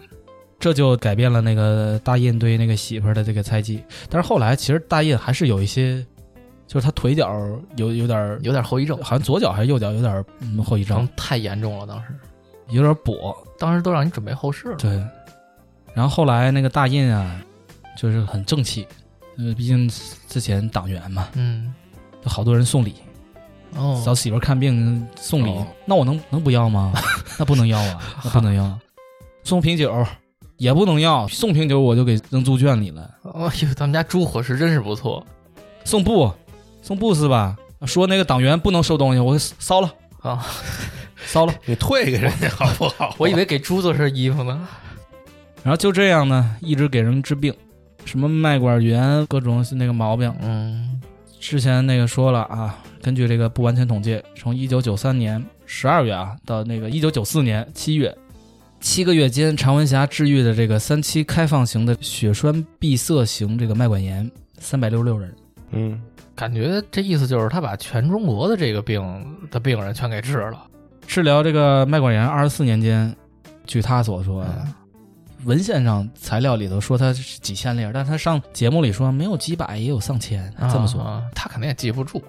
Speaker 3: 这就改变了那个大印对那个媳妇儿的这个猜忌。但是后来，其实大印还是有一些，就是他腿脚有有点儿，
Speaker 1: 有点后遗症，
Speaker 3: 好像左脚还是右脚有点儿、嗯、后遗
Speaker 1: 然
Speaker 3: 症，
Speaker 1: 后太严重了，当时，
Speaker 3: 有点跛，
Speaker 1: 当时都让你准备后事了。
Speaker 3: 对，然后后来那个大印啊，就是很正气，呃，毕竟之前党员嘛，
Speaker 1: 嗯，
Speaker 3: 就好多人送礼，
Speaker 1: 哦，
Speaker 3: 找媳妇儿看病送礼，
Speaker 2: 哦
Speaker 3: 那我能能不要吗？ 那不能要啊，那不能要。送瓶酒也不能要，送瓶酒我就给扔猪圈里了。
Speaker 1: 哦呦，咱们家猪伙食真是不错
Speaker 3: 送布，送布是吧？说那个党员不能收东西，我给烧了，
Speaker 1: 啊！
Speaker 3: 烧了。
Speaker 2: 你退给人家好不 好？啊
Speaker 1: 我以为给猪做身衣服呢。
Speaker 3: 然后就这样呢，一直给人治病，什么脉管炎，各种是那个毛病。
Speaker 1: 嗯，
Speaker 3: 之前那个说了啊，根据这个不完全统计，从一九九三年十二月啊到那个一九九四年七月，七个月间，常文霞治愈的这个三期开放型的血栓闭塞型这个脉管炎三百六十六人，
Speaker 2: 嗯，
Speaker 1: 感觉这意思就是他把全中国的这个病的病人全给治了。
Speaker 3: 治疗这个脉管炎二十四年间，据他所说，啊
Speaker 1: 嗯
Speaker 3: 文献上材料里头说他是几千例儿，但他上节目里说没有几百也有上千，这么说。
Speaker 1: 啊他肯定也记不住。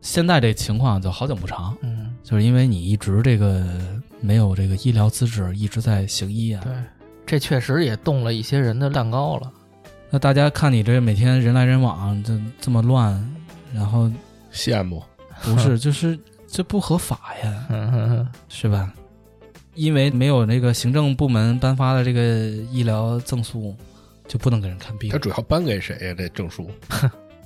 Speaker 3: 现在这情况就好景不长，
Speaker 1: 嗯，
Speaker 3: 就是因为你一直这个没有这个医疗资质，一直在行医啊。
Speaker 1: 对，这确实也动了一些人的蛋糕了。
Speaker 3: 那大家看你这每天人来人往，这这么乱，然后
Speaker 2: 羡慕。
Speaker 3: 不 是就是这不合法呀，
Speaker 1: 嗯哼哼，
Speaker 3: 是吧？因为没有那个行政部门颁发的这个医疗证书，就不能给人看病
Speaker 2: 他。主要颁给谁呀、这证书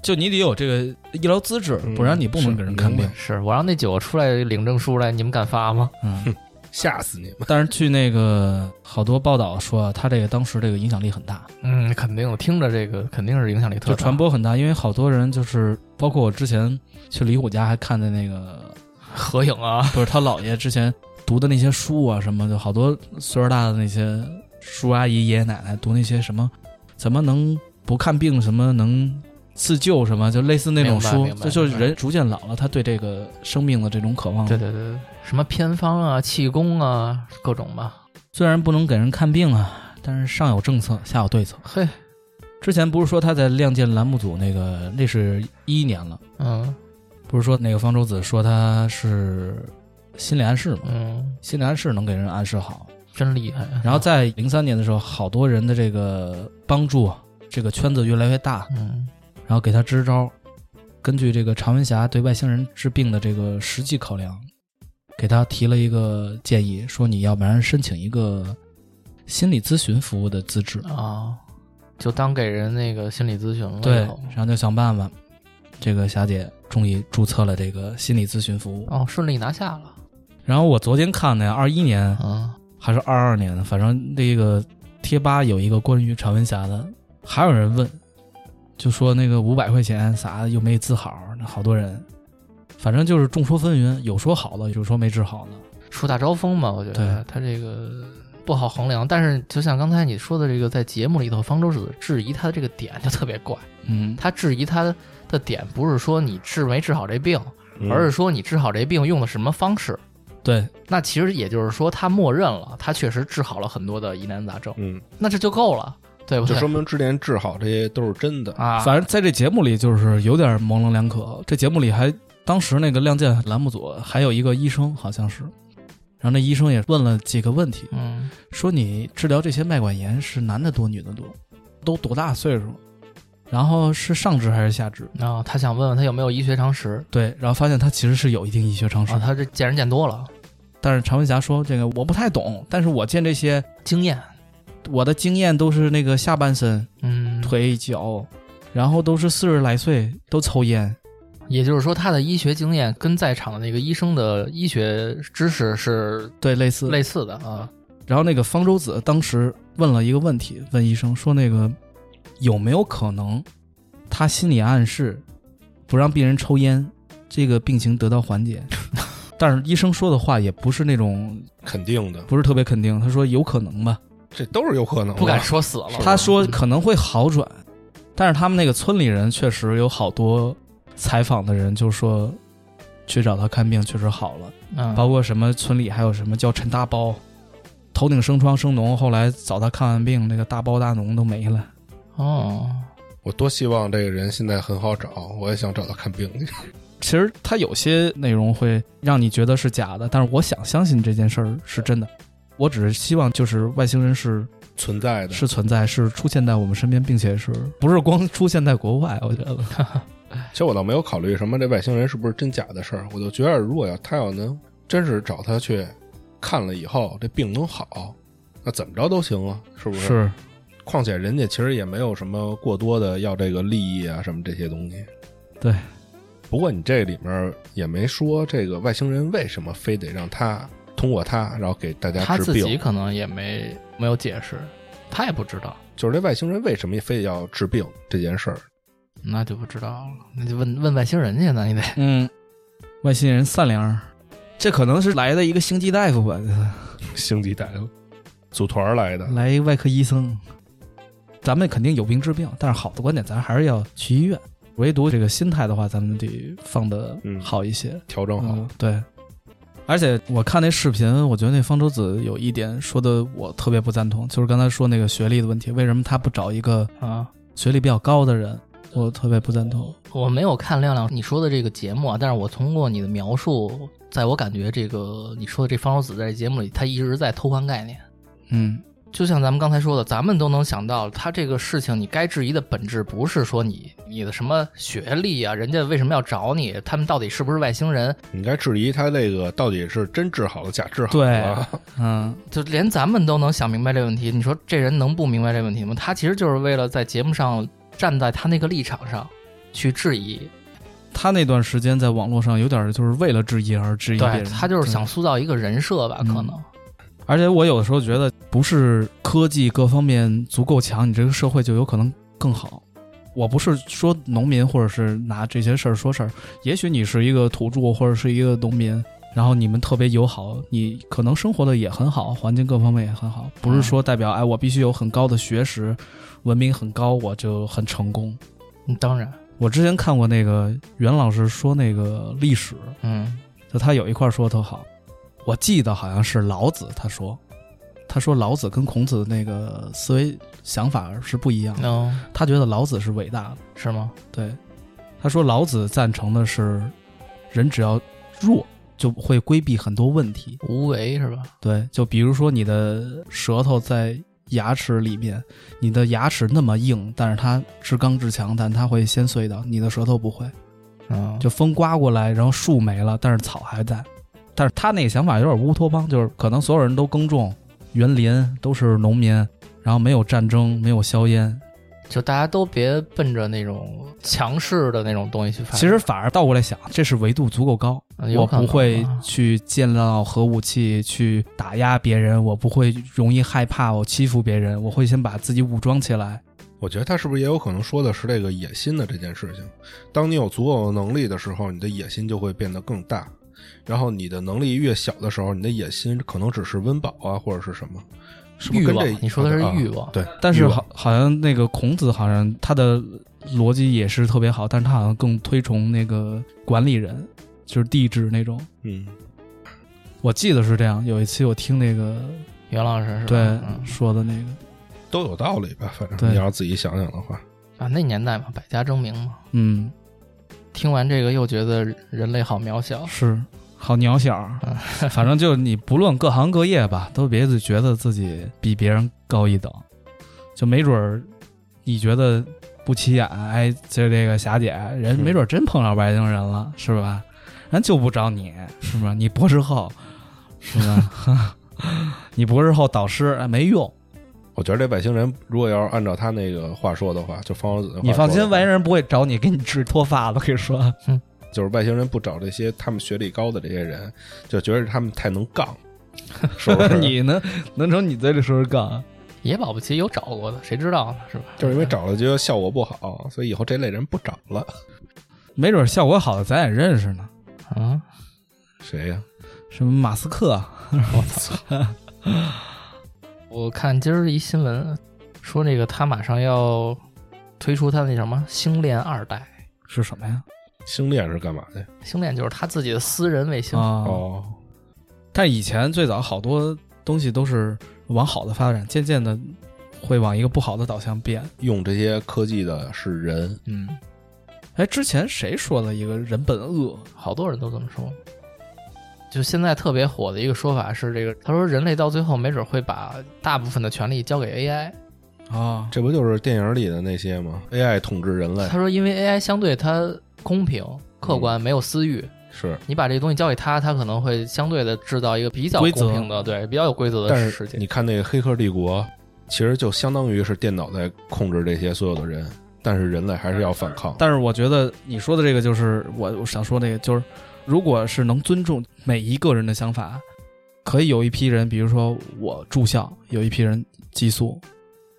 Speaker 3: 就你得有这个医疗资质，
Speaker 2: 嗯
Speaker 3: 不然你不能给人看
Speaker 2: 是
Speaker 3: 病
Speaker 2: 明。
Speaker 1: 是我让那九个出来领证书来，你们敢发吗？
Speaker 3: 嗯，
Speaker 2: 吓死你们！
Speaker 3: 但是据那个好多报道说，他这个当时这个影响力很大。
Speaker 1: 嗯，肯定，听着这个肯定是影响力特
Speaker 3: 就
Speaker 1: 大。
Speaker 3: 传播很大，因为好多人就是，包括我之前去李虎家还看的 那个，
Speaker 1: 合影啊，
Speaker 3: 不是他姥爷之前读的那些书啊什么的，好多岁数大的那些叔阿姨、爷爷奶奶读那些什么，怎么能不看病，什么能自救，什么就类似那种
Speaker 1: 明白
Speaker 3: 书
Speaker 1: 明，白
Speaker 3: 这就是
Speaker 1: 明白
Speaker 3: 人逐渐老了，他对这个生命的这种渴望，
Speaker 1: 对对对对，什么偏方啊、气功啊，各种吧。
Speaker 3: 虽然不能给人看病啊，但是上有政策，下有对策。
Speaker 1: 嘿，
Speaker 3: 之前不是说他在《亮剑》栏目组那个，那是一一年了。
Speaker 1: 嗯
Speaker 3: 不是说那个方舟子说他是心理暗示吗？
Speaker 1: 嗯，
Speaker 3: 心理暗示能给人暗示好。
Speaker 1: 真厉害。啊
Speaker 3: 然后在零三年的时候，好多人的这个帮助，啊这个圈子越来越大，
Speaker 1: 嗯，
Speaker 3: 然后给他支招，根据这个常文霞对外星人治病的这个实际考量，给他提了一个建议，说你要不然申请一个心理咨询服务的资质。
Speaker 1: 啊，就当给人那个心理咨询了。
Speaker 3: 对
Speaker 1: 以后，
Speaker 3: 然后就想办法，这个霞姐终于注册了这个心理咨询服务。
Speaker 1: 哦，顺利拿下了。
Speaker 3: 然后我昨天看的，二一年
Speaker 1: 嗯，
Speaker 3: 还是二二年的，反正那个贴吧有一个关于常文霞的，还有人问，就说那个五百块钱啥的又没治好，那好多人，反正就是众说纷纭，有说好的，有说没治好的。
Speaker 1: 树大招风嘛，我觉得
Speaker 3: 对
Speaker 1: 他这个不好衡量。但是就像刚才你说的这个，在节目里头，方舟子质疑他的这个点就特别怪。
Speaker 3: 嗯，
Speaker 1: 他质疑他的点不是说你治没治好这病，
Speaker 2: 嗯
Speaker 1: 而是说你治好这病用的什么方式。
Speaker 3: 对，
Speaker 1: 那其实也就是说，他默认了他确实治好了很多的疑难杂症，
Speaker 2: 嗯，
Speaker 1: 那这就够了，对不
Speaker 2: 就
Speaker 1: 对？
Speaker 2: 说明之前治好这些都是真的。
Speaker 1: 啊，
Speaker 3: 反正在这节目里就是有点模棱两可。这节目里还当时那个《亮剑》栏目组还有一个医生，好像是，然后那医生也问了几个问题，
Speaker 1: 嗯，
Speaker 3: 说你治疗这些脉管炎是男的多，女的多，都多大岁数，然后是上肢还是下肢？
Speaker 1: 然后他想问问他有没有医学常识
Speaker 3: 对，然后发现他其实是有一定医学常识，
Speaker 1: 啊，他这见人见多了，
Speaker 3: 但是常文霞说这个我不太懂，但是我见这些
Speaker 1: 经验，
Speaker 3: 我的经验都是那个下半身、
Speaker 1: 嗯，
Speaker 3: 腿脚，然后都是四十来岁都抽烟，
Speaker 1: 也就是说，他的医学经验跟在场的那个医生的医学知识是
Speaker 3: 对，类似
Speaker 1: 类似的啊。
Speaker 3: 然后那个方舟子当时问了一个问题，问医生说：“那个有没有可能，他心理暗示不让病人抽烟，这个病情得到缓解？” 但是医生说的话也不是那种
Speaker 2: 肯定的，
Speaker 3: 不是特别肯定，他说有可能吧，
Speaker 2: 这都是有可能的。
Speaker 1: 不敢说死了，嗯
Speaker 3: 他说可能会好转，但是他们那个村里人确实有好多采访的人就说去找他看病确实好了。
Speaker 1: 嗯，
Speaker 3: 包括什么村里还有什么叫陈大包，头顶生疮生脓，后来找他看完病，那个大包大脓都没了。
Speaker 1: 哦，
Speaker 2: 我多希望这个人现在很好找，我也想找他看病去。
Speaker 3: 其实他有些内容会让你觉得是假的，但是我想相信这件事儿是真的。我只是希望，就是外星人是
Speaker 2: 存在的，
Speaker 3: 是存在，是出现在我们身边，并且是不是光出现在国外？我觉得，
Speaker 2: 其实我倒没有考虑什么这外星人是不是真假的事儿，我就觉得如果要他要能真是找他去看了以后，这病能好，那怎么着都行啊，是不是？
Speaker 3: 是
Speaker 2: 况且人家其实也没有什么过多的要这个利益啊什么这些东西。
Speaker 3: 对。
Speaker 2: 不过你这里面也没说这个外星人为什么非得让他通过他，然后给大家
Speaker 1: 他
Speaker 2: 治
Speaker 1: 自己
Speaker 2: 病，
Speaker 1: 可能也没没有解释，他也不知道，
Speaker 2: 就是这外星人为什么非得要治病这件事儿。
Speaker 1: 那就不知道了，那就问问外星人去呢，你得
Speaker 3: 嗯，外星人善良，这可能是来的一个星际大夫吧，
Speaker 2: 星际大夫组团儿来的，
Speaker 3: 来一外科医生，咱们肯定有病治病，但是好的观点咱还是要去医院。唯独这个心态的话，咱们得放的
Speaker 1: 嗯
Speaker 3: 好一些。
Speaker 2: 调整好。
Speaker 3: 嗯对。而且我看那视频，我觉得那方舟子有一点说的我特别不赞同，就是刚才说那个学历的问题，为什么他不找一个
Speaker 1: 啊。
Speaker 3: 学历比较高的人？我特别不赞同。
Speaker 1: 我没有看亮亮你说的这个节目啊，但是我通过你的描述，在我感觉这个你说的这方舟子在这节目里，他一直在偷换概念。
Speaker 3: 嗯，
Speaker 1: 就像咱们刚才说的，咱们都能想到，他这个事情，你该质疑的本质不是说你你的什么学历啊，人家为什么要找你，他们到底是不是外星人，
Speaker 2: 你该质疑他这个到底是真治好了，啊假治好
Speaker 3: 对
Speaker 2: 了。，
Speaker 3: 嗯，
Speaker 1: 就连咱们都能想明白这问题，你说这人能不明白这问题吗？他其实就是为了在节目上站在他那个立场上去质疑，
Speaker 3: 他那段时间在网络上有点就是为了质疑而质疑别
Speaker 1: 对
Speaker 3: 人，
Speaker 1: 他就是想塑造一个人设吧，
Speaker 3: 嗯
Speaker 1: 可能，
Speaker 3: 而且我有的时候觉得，不是科技各方面足够强，你这个社会就有可能更好。我不是说农民，或者是拿这些事儿说事儿。也许你是一个土著，或者是一个农民，然后你们特别友好，你可能生活的也很好，环境各方面也很好。不是说代表哎，我必须有很高的学识，文明很高，我就很成功。
Speaker 1: 嗯当然，
Speaker 3: 我之前看过那个袁老师说那个历史，
Speaker 1: 嗯
Speaker 3: 就他有一块说得特好，我记得好像是老子他说，他说老子跟孔子那个思维想法是不一样的，
Speaker 1: ，no
Speaker 3: 他觉得老子是伟大的，
Speaker 1: 是吗？
Speaker 3: 对，他说老子赞成的是人只要弱就会规避很多问题，
Speaker 1: 无为是吧？
Speaker 3: 对，就比如说你的舌头在牙齿里面，你的牙齿那么硬，但是它至刚至强，但它会先碎掉，你的舌头不会。
Speaker 1: 嗯，
Speaker 3: 就风刮过来，然后树没了，但是草还在。但是他那个想法有点乌托邦，就是可能所有人都耕种，园林，都是农民，然后没有战争，没有硝烟。
Speaker 1: 就大家都别奔着那种强势的那种东西去发展。
Speaker 3: 其实反而倒过来想，这是维度足够高，
Speaker 1: 嗯有
Speaker 3: 我
Speaker 1: 可能
Speaker 3: 不会
Speaker 1: 啊
Speaker 3: 去建造核武器去打压别人，我不会容易害怕我欺负别人，我会先把自己武装起来。
Speaker 2: 我觉得他是不是也有可能说的是这个野心的这件事情？当你有足够的能力的时候，你的野心就会变得更大。然后你的能力越小的时候，你的野心可能只是温饱啊，或者是什么？是不是
Speaker 1: 欲
Speaker 2: 跟
Speaker 1: 望
Speaker 2: 这？
Speaker 1: 你说的是
Speaker 2: 啊
Speaker 1: 欲望
Speaker 2: 对，
Speaker 3: 但
Speaker 2: 欲
Speaker 3: 是
Speaker 2: 望
Speaker 3: 好，好像那个孔子好像他的逻辑也是特别好，但是他好像更推崇那个管理人，就是帝制那种。
Speaker 2: 嗯，
Speaker 3: 我记得是这样，有一期我听那个
Speaker 1: 袁老师是吧？
Speaker 3: 对、
Speaker 1: 嗯
Speaker 3: 说的那个，
Speaker 2: 都有道理吧？反
Speaker 3: 对
Speaker 2: 正你要是自己想想的话，
Speaker 1: 啊，那年代嘛，百家争鸣嘛。
Speaker 3: 嗯，
Speaker 1: 听完这个又觉得人类好渺小，
Speaker 3: 是好渺小儿。啊 反正就是你不论各行各业吧，都别自觉得自己比别人高一等，就没准儿你觉得不起眼，哎，就这个霞姐人
Speaker 2: 嗯
Speaker 3: 没准儿真碰上外星人了，是吧？人就不找你，是吧？你博士后，是 吧？你博士后导师哎没 用，
Speaker 2: 我觉得这外星人如果要是按照他那个话说的话，就方舟子那话
Speaker 3: 你放
Speaker 2: 说的
Speaker 3: 心，
Speaker 2: 话
Speaker 3: 外星人不会找你给你治脱发的，我跟你说。
Speaker 2: 就是外星人不找这些他们学历高的这些人，就觉得他们太能杠，是不 是？
Speaker 3: 你能能从你嘴里说是杠？
Speaker 1: 也保不齐有找过的，谁知道呢？是吧？
Speaker 2: 就是因为找了觉得效果不好，所以以后这类人不找了。
Speaker 3: 没准效果好的咱也认识呢，
Speaker 1: 嗯，
Speaker 2: 谁呀、
Speaker 3: 什么马斯克，啊
Speaker 1: 我操！我看今儿一新闻说那个他马上要推出他那什么星链二代，
Speaker 3: 是什么呀？
Speaker 2: 星链是干嘛的？
Speaker 1: 星链就是他自己的私人卫星，
Speaker 3: 啊、
Speaker 2: 哦，
Speaker 3: 但以前最早好多东西都是往好的发展，渐渐的会往一个不好的导向变。
Speaker 2: 用这些科技的是人，
Speaker 1: 嗯，
Speaker 3: 哎，之前谁说了一个人本恶？
Speaker 1: 好多人都这么说。就现在特别火的一个说法是，这个他说人类到最后没准会把大部分的权利交给 AI，
Speaker 3: 啊？
Speaker 2: 这不就是电影里的那些吗？AI 统治人类
Speaker 1: 他说，因为 AI 相对它公平、
Speaker 2: 嗯
Speaker 1: 客观，没有私欲。
Speaker 2: 是，
Speaker 1: 你把这个东西交给他，他可能会相对的制造一个比较
Speaker 3: 规
Speaker 1: 公
Speaker 3: 则
Speaker 1: 平的，对，比较有规则
Speaker 2: 但
Speaker 1: 的世
Speaker 2: 是
Speaker 1: 界。
Speaker 2: 你看那个《黑客帝国》，其实就相当于是电脑在控制这些所有的人，但是人类还是要反抗。
Speaker 3: 但是我觉得你说的这个就是我我想说那个，就是如果是能尊重每一个人的想法，可以有一批人，比如说我住校，有一批人寄宿，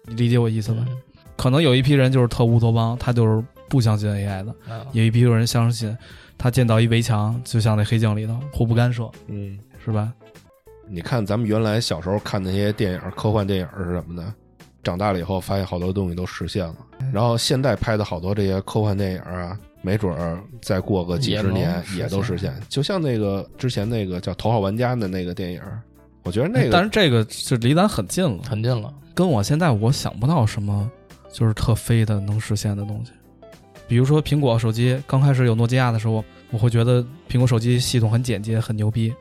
Speaker 3: 你理解我意思吧？
Speaker 1: 嗯
Speaker 3: 可能有一批人就是特乌托邦，他就是不相信 AI 的。
Speaker 1: 嗯
Speaker 3: 有一批人相信，他见到一围墙，就像那黑镜里头，互不干涉，
Speaker 2: 嗯，
Speaker 3: 是吧？
Speaker 2: 你看咱们原来小时候看那些电影，科幻电影是什么的？长大了以后发现好多东西都实现了。然后现在拍的好多这些科幻电影啊，没准儿再过个几
Speaker 1: 也
Speaker 2: 十
Speaker 1: 能
Speaker 2: 年
Speaker 1: 实
Speaker 2: 也都实现。就像那个之前那个叫《头号玩家》的那个电影，我觉得那
Speaker 3: 哎但
Speaker 2: 个
Speaker 3: 是这个就离咱很近了，
Speaker 1: 很近了，
Speaker 3: 跟我现在我想不到什么就是特飞的能实现的东西。比如说苹果手机刚开始有诺基亚的时候，我会觉得苹果手机系统很简洁，很牛逼。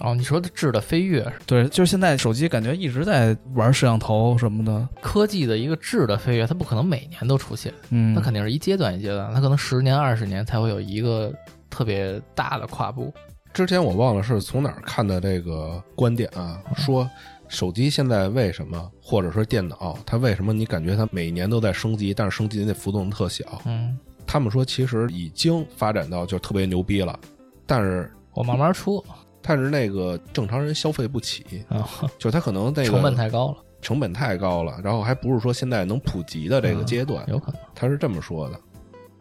Speaker 1: 哦，你说的质的飞跃，
Speaker 3: 对，就是现在手机感觉一直在玩摄像头什么的，
Speaker 1: 科技的一个质的飞跃，它不可能每年都出现，
Speaker 3: 嗯，
Speaker 1: 它肯定是一阶段一阶段，它可能十年、二十年才会有一个特别大的跨步。
Speaker 2: 之前我忘了是从哪儿看的这个观点啊，说手机现在为什么，或者说电脑，它为什么你感觉它每年都在升级，但是升级的那幅度特小？
Speaker 1: 嗯，
Speaker 2: 他们说其实已经发展到就特别牛逼了，但是
Speaker 1: 我慢慢出
Speaker 2: 但是那个正常人消费不起，
Speaker 1: 啊，
Speaker 2: 就他可能嗯那个
Speaker 1: 成本太高了，
Speaker 2: 成本太高了，然后还不是说现在能普及的这个阶段，
Speaker 1: 嗯有可能。
Speaker 2: 他是这么说的。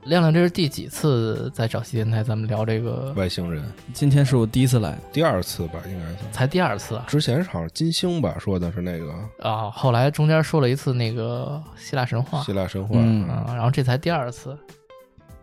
Speaker 1: 亮亮，这是第几次在找西电台咱们聊这个？
Speaker 2: 外星人
Speaker 3: 今天是我第一次来，
Speaker 2: 第二次吧，应该是
Speaker 1: 才第二次啊。
Speaker 2: 之前是好像金星吧说的是那个
Speaker 1: 啊、后来中间说了一次那个希腊神话
Speaker 2: 希，腊神话，
Speaker 3: 嗯
Speaker 1: 啊、然后这才第二次，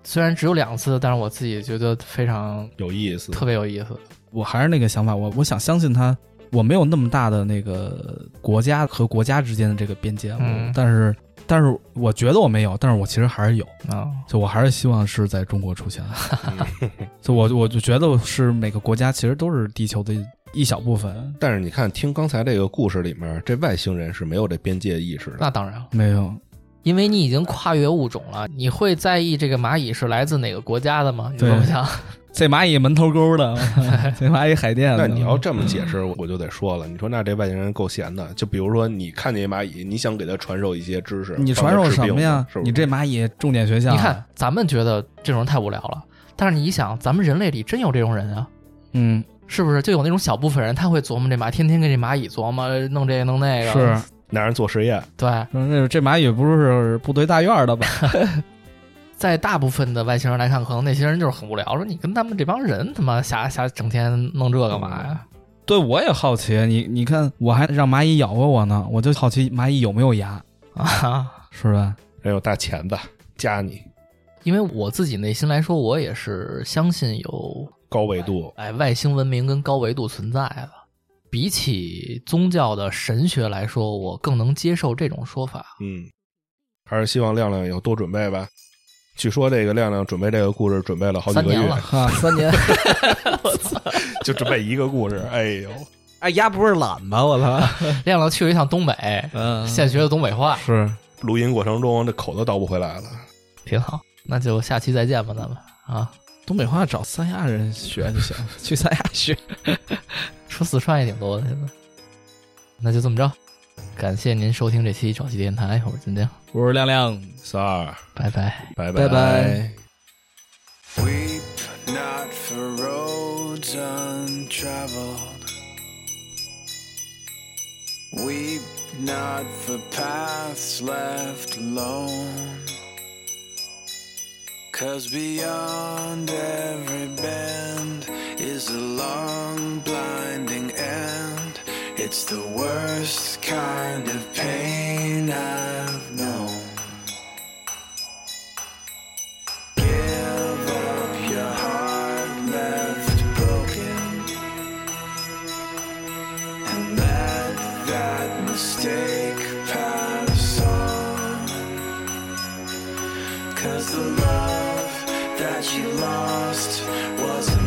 Speaker 1: 虽然只有两次，但是我自己觉得非常
Speaker 2: 有意思。
Speaker 1: 特别有意思。
Speaker 3: 我还是那个想法，我我想相信他，我没有那么大的那个国家和国家之间的这个边界，
Speaker 1: 嗯
Speaker 3: 我但是但是我觉得我没有，但是我其实还是有，
Speaker 1: 啊、
Speaker 3: 就我还是希望是在中国出现的，
Speaker 2: 嗯
Speaker 3: 就我我就觉得是每个国家其实都是地球的一小部分，
Speaker 2: 但是你看，听刚才这个故事里面，这外星人是没有这边界意识的。
Speaker 1: 那当然了，
Speaker 3: 没有，
Speaker 1: 因为你已经跨越物种了，你会在意这个蚂蚁是来自哪个国家的吗？你这
Speaker 3: 对
Speaker 1: 么想，
Speaker 3: 这蚂蚁门头沟的， 这蚂蚁海淀的。
Speaker 2: 那你要这么解释，我就得说了。你说那这外星人够闲的，就比如说你看见一蚂蚁，你想给它传授一些知识，
Speaker 3: 你传授什么呀
Speaker 2: 是？不是
Speaker 3: 你这蚂蚁重点学校，啊
Speaker 1: 你看，咱们觉得这种人太无聊了，但是你一想，咱们人类里真有这种人啊，
Speaker 3: 嗯，
Speaker 1: 是不是？就有那种小部分人，他会琢磨这蚂，天天跟这蚂蚁琢磨，弄这个弄那个。啊
Speaker 3: 是，
Speaker 2: 拿人做实验，
Speaker 1: 对，
Speaker 3: 那这蚂蚁不是部队大院的吧？
Speaker 1: 在大部分的外星人来看，可能那些人就是很无聊，说你跟他们这帮人他妈瞎瞎整天弄这干嘛呀？
Speaker 3: 对，我也好奇，你你看，我还让蚂蚁咬过我呢，我就好奇蚂蚁有没有牙，
Speaker 1: 啊，
Speaker 3: 是吧？
Speaker 2: 人有大钳子夹你，
Speaker 1: 因为我自己内心来说，我也是相信有
Speaker 2: 高纬度
Speaker 1: 哎外星文明跟高维度存在的。比起宗教的神学来说，我更能接受这种说法。
Speaker 2: 嗯，还是希望亮亮以后多准备吧。据说这个亮亮准备这个故事准备了好几
Speaker 1: 三
Speaker 2: 个
Speaker 1: 年
Speaker 2: 月
Speaker 1: 了，
Speaker 3: 哈，
Speaker 1: 三年，
Speaker 2: 就准备一个故事。哎呦，
Speaker 3: 哎，鸭不是懒吧？我操，
Speaker 1: 亮亮去了一趟东北，
Speaker 3: 嗯，
Speaker 1: 现学的东北话，
Speaker 3: 是
Speaker 2: 录音过程中这口都倒不回来了。
Speaker 1: 挺好。那就下期再见吧，咱们啊，
Speaker 3: 东北话，找三亚人学就行， 去三亚学。
Speaker 1: 说四川也挺多的现在。那就这么着，感谢您收听这期转机电台，我是金丁，
Speaker 3: 我是亮亮。
Speaker 2: 三儿，
Speaker 1: 拜拜。
Speaker 2: 拜
Speaker 3: 拜拜
Speaker 4: Weep not for roads untraveled. Weep not for paths left alone. Cause beyond every bend is a long blinding end. It's the worst kind of pain I've known. Give up your heart left broken, and let that mistake pass on. 'Cause the love that you lost was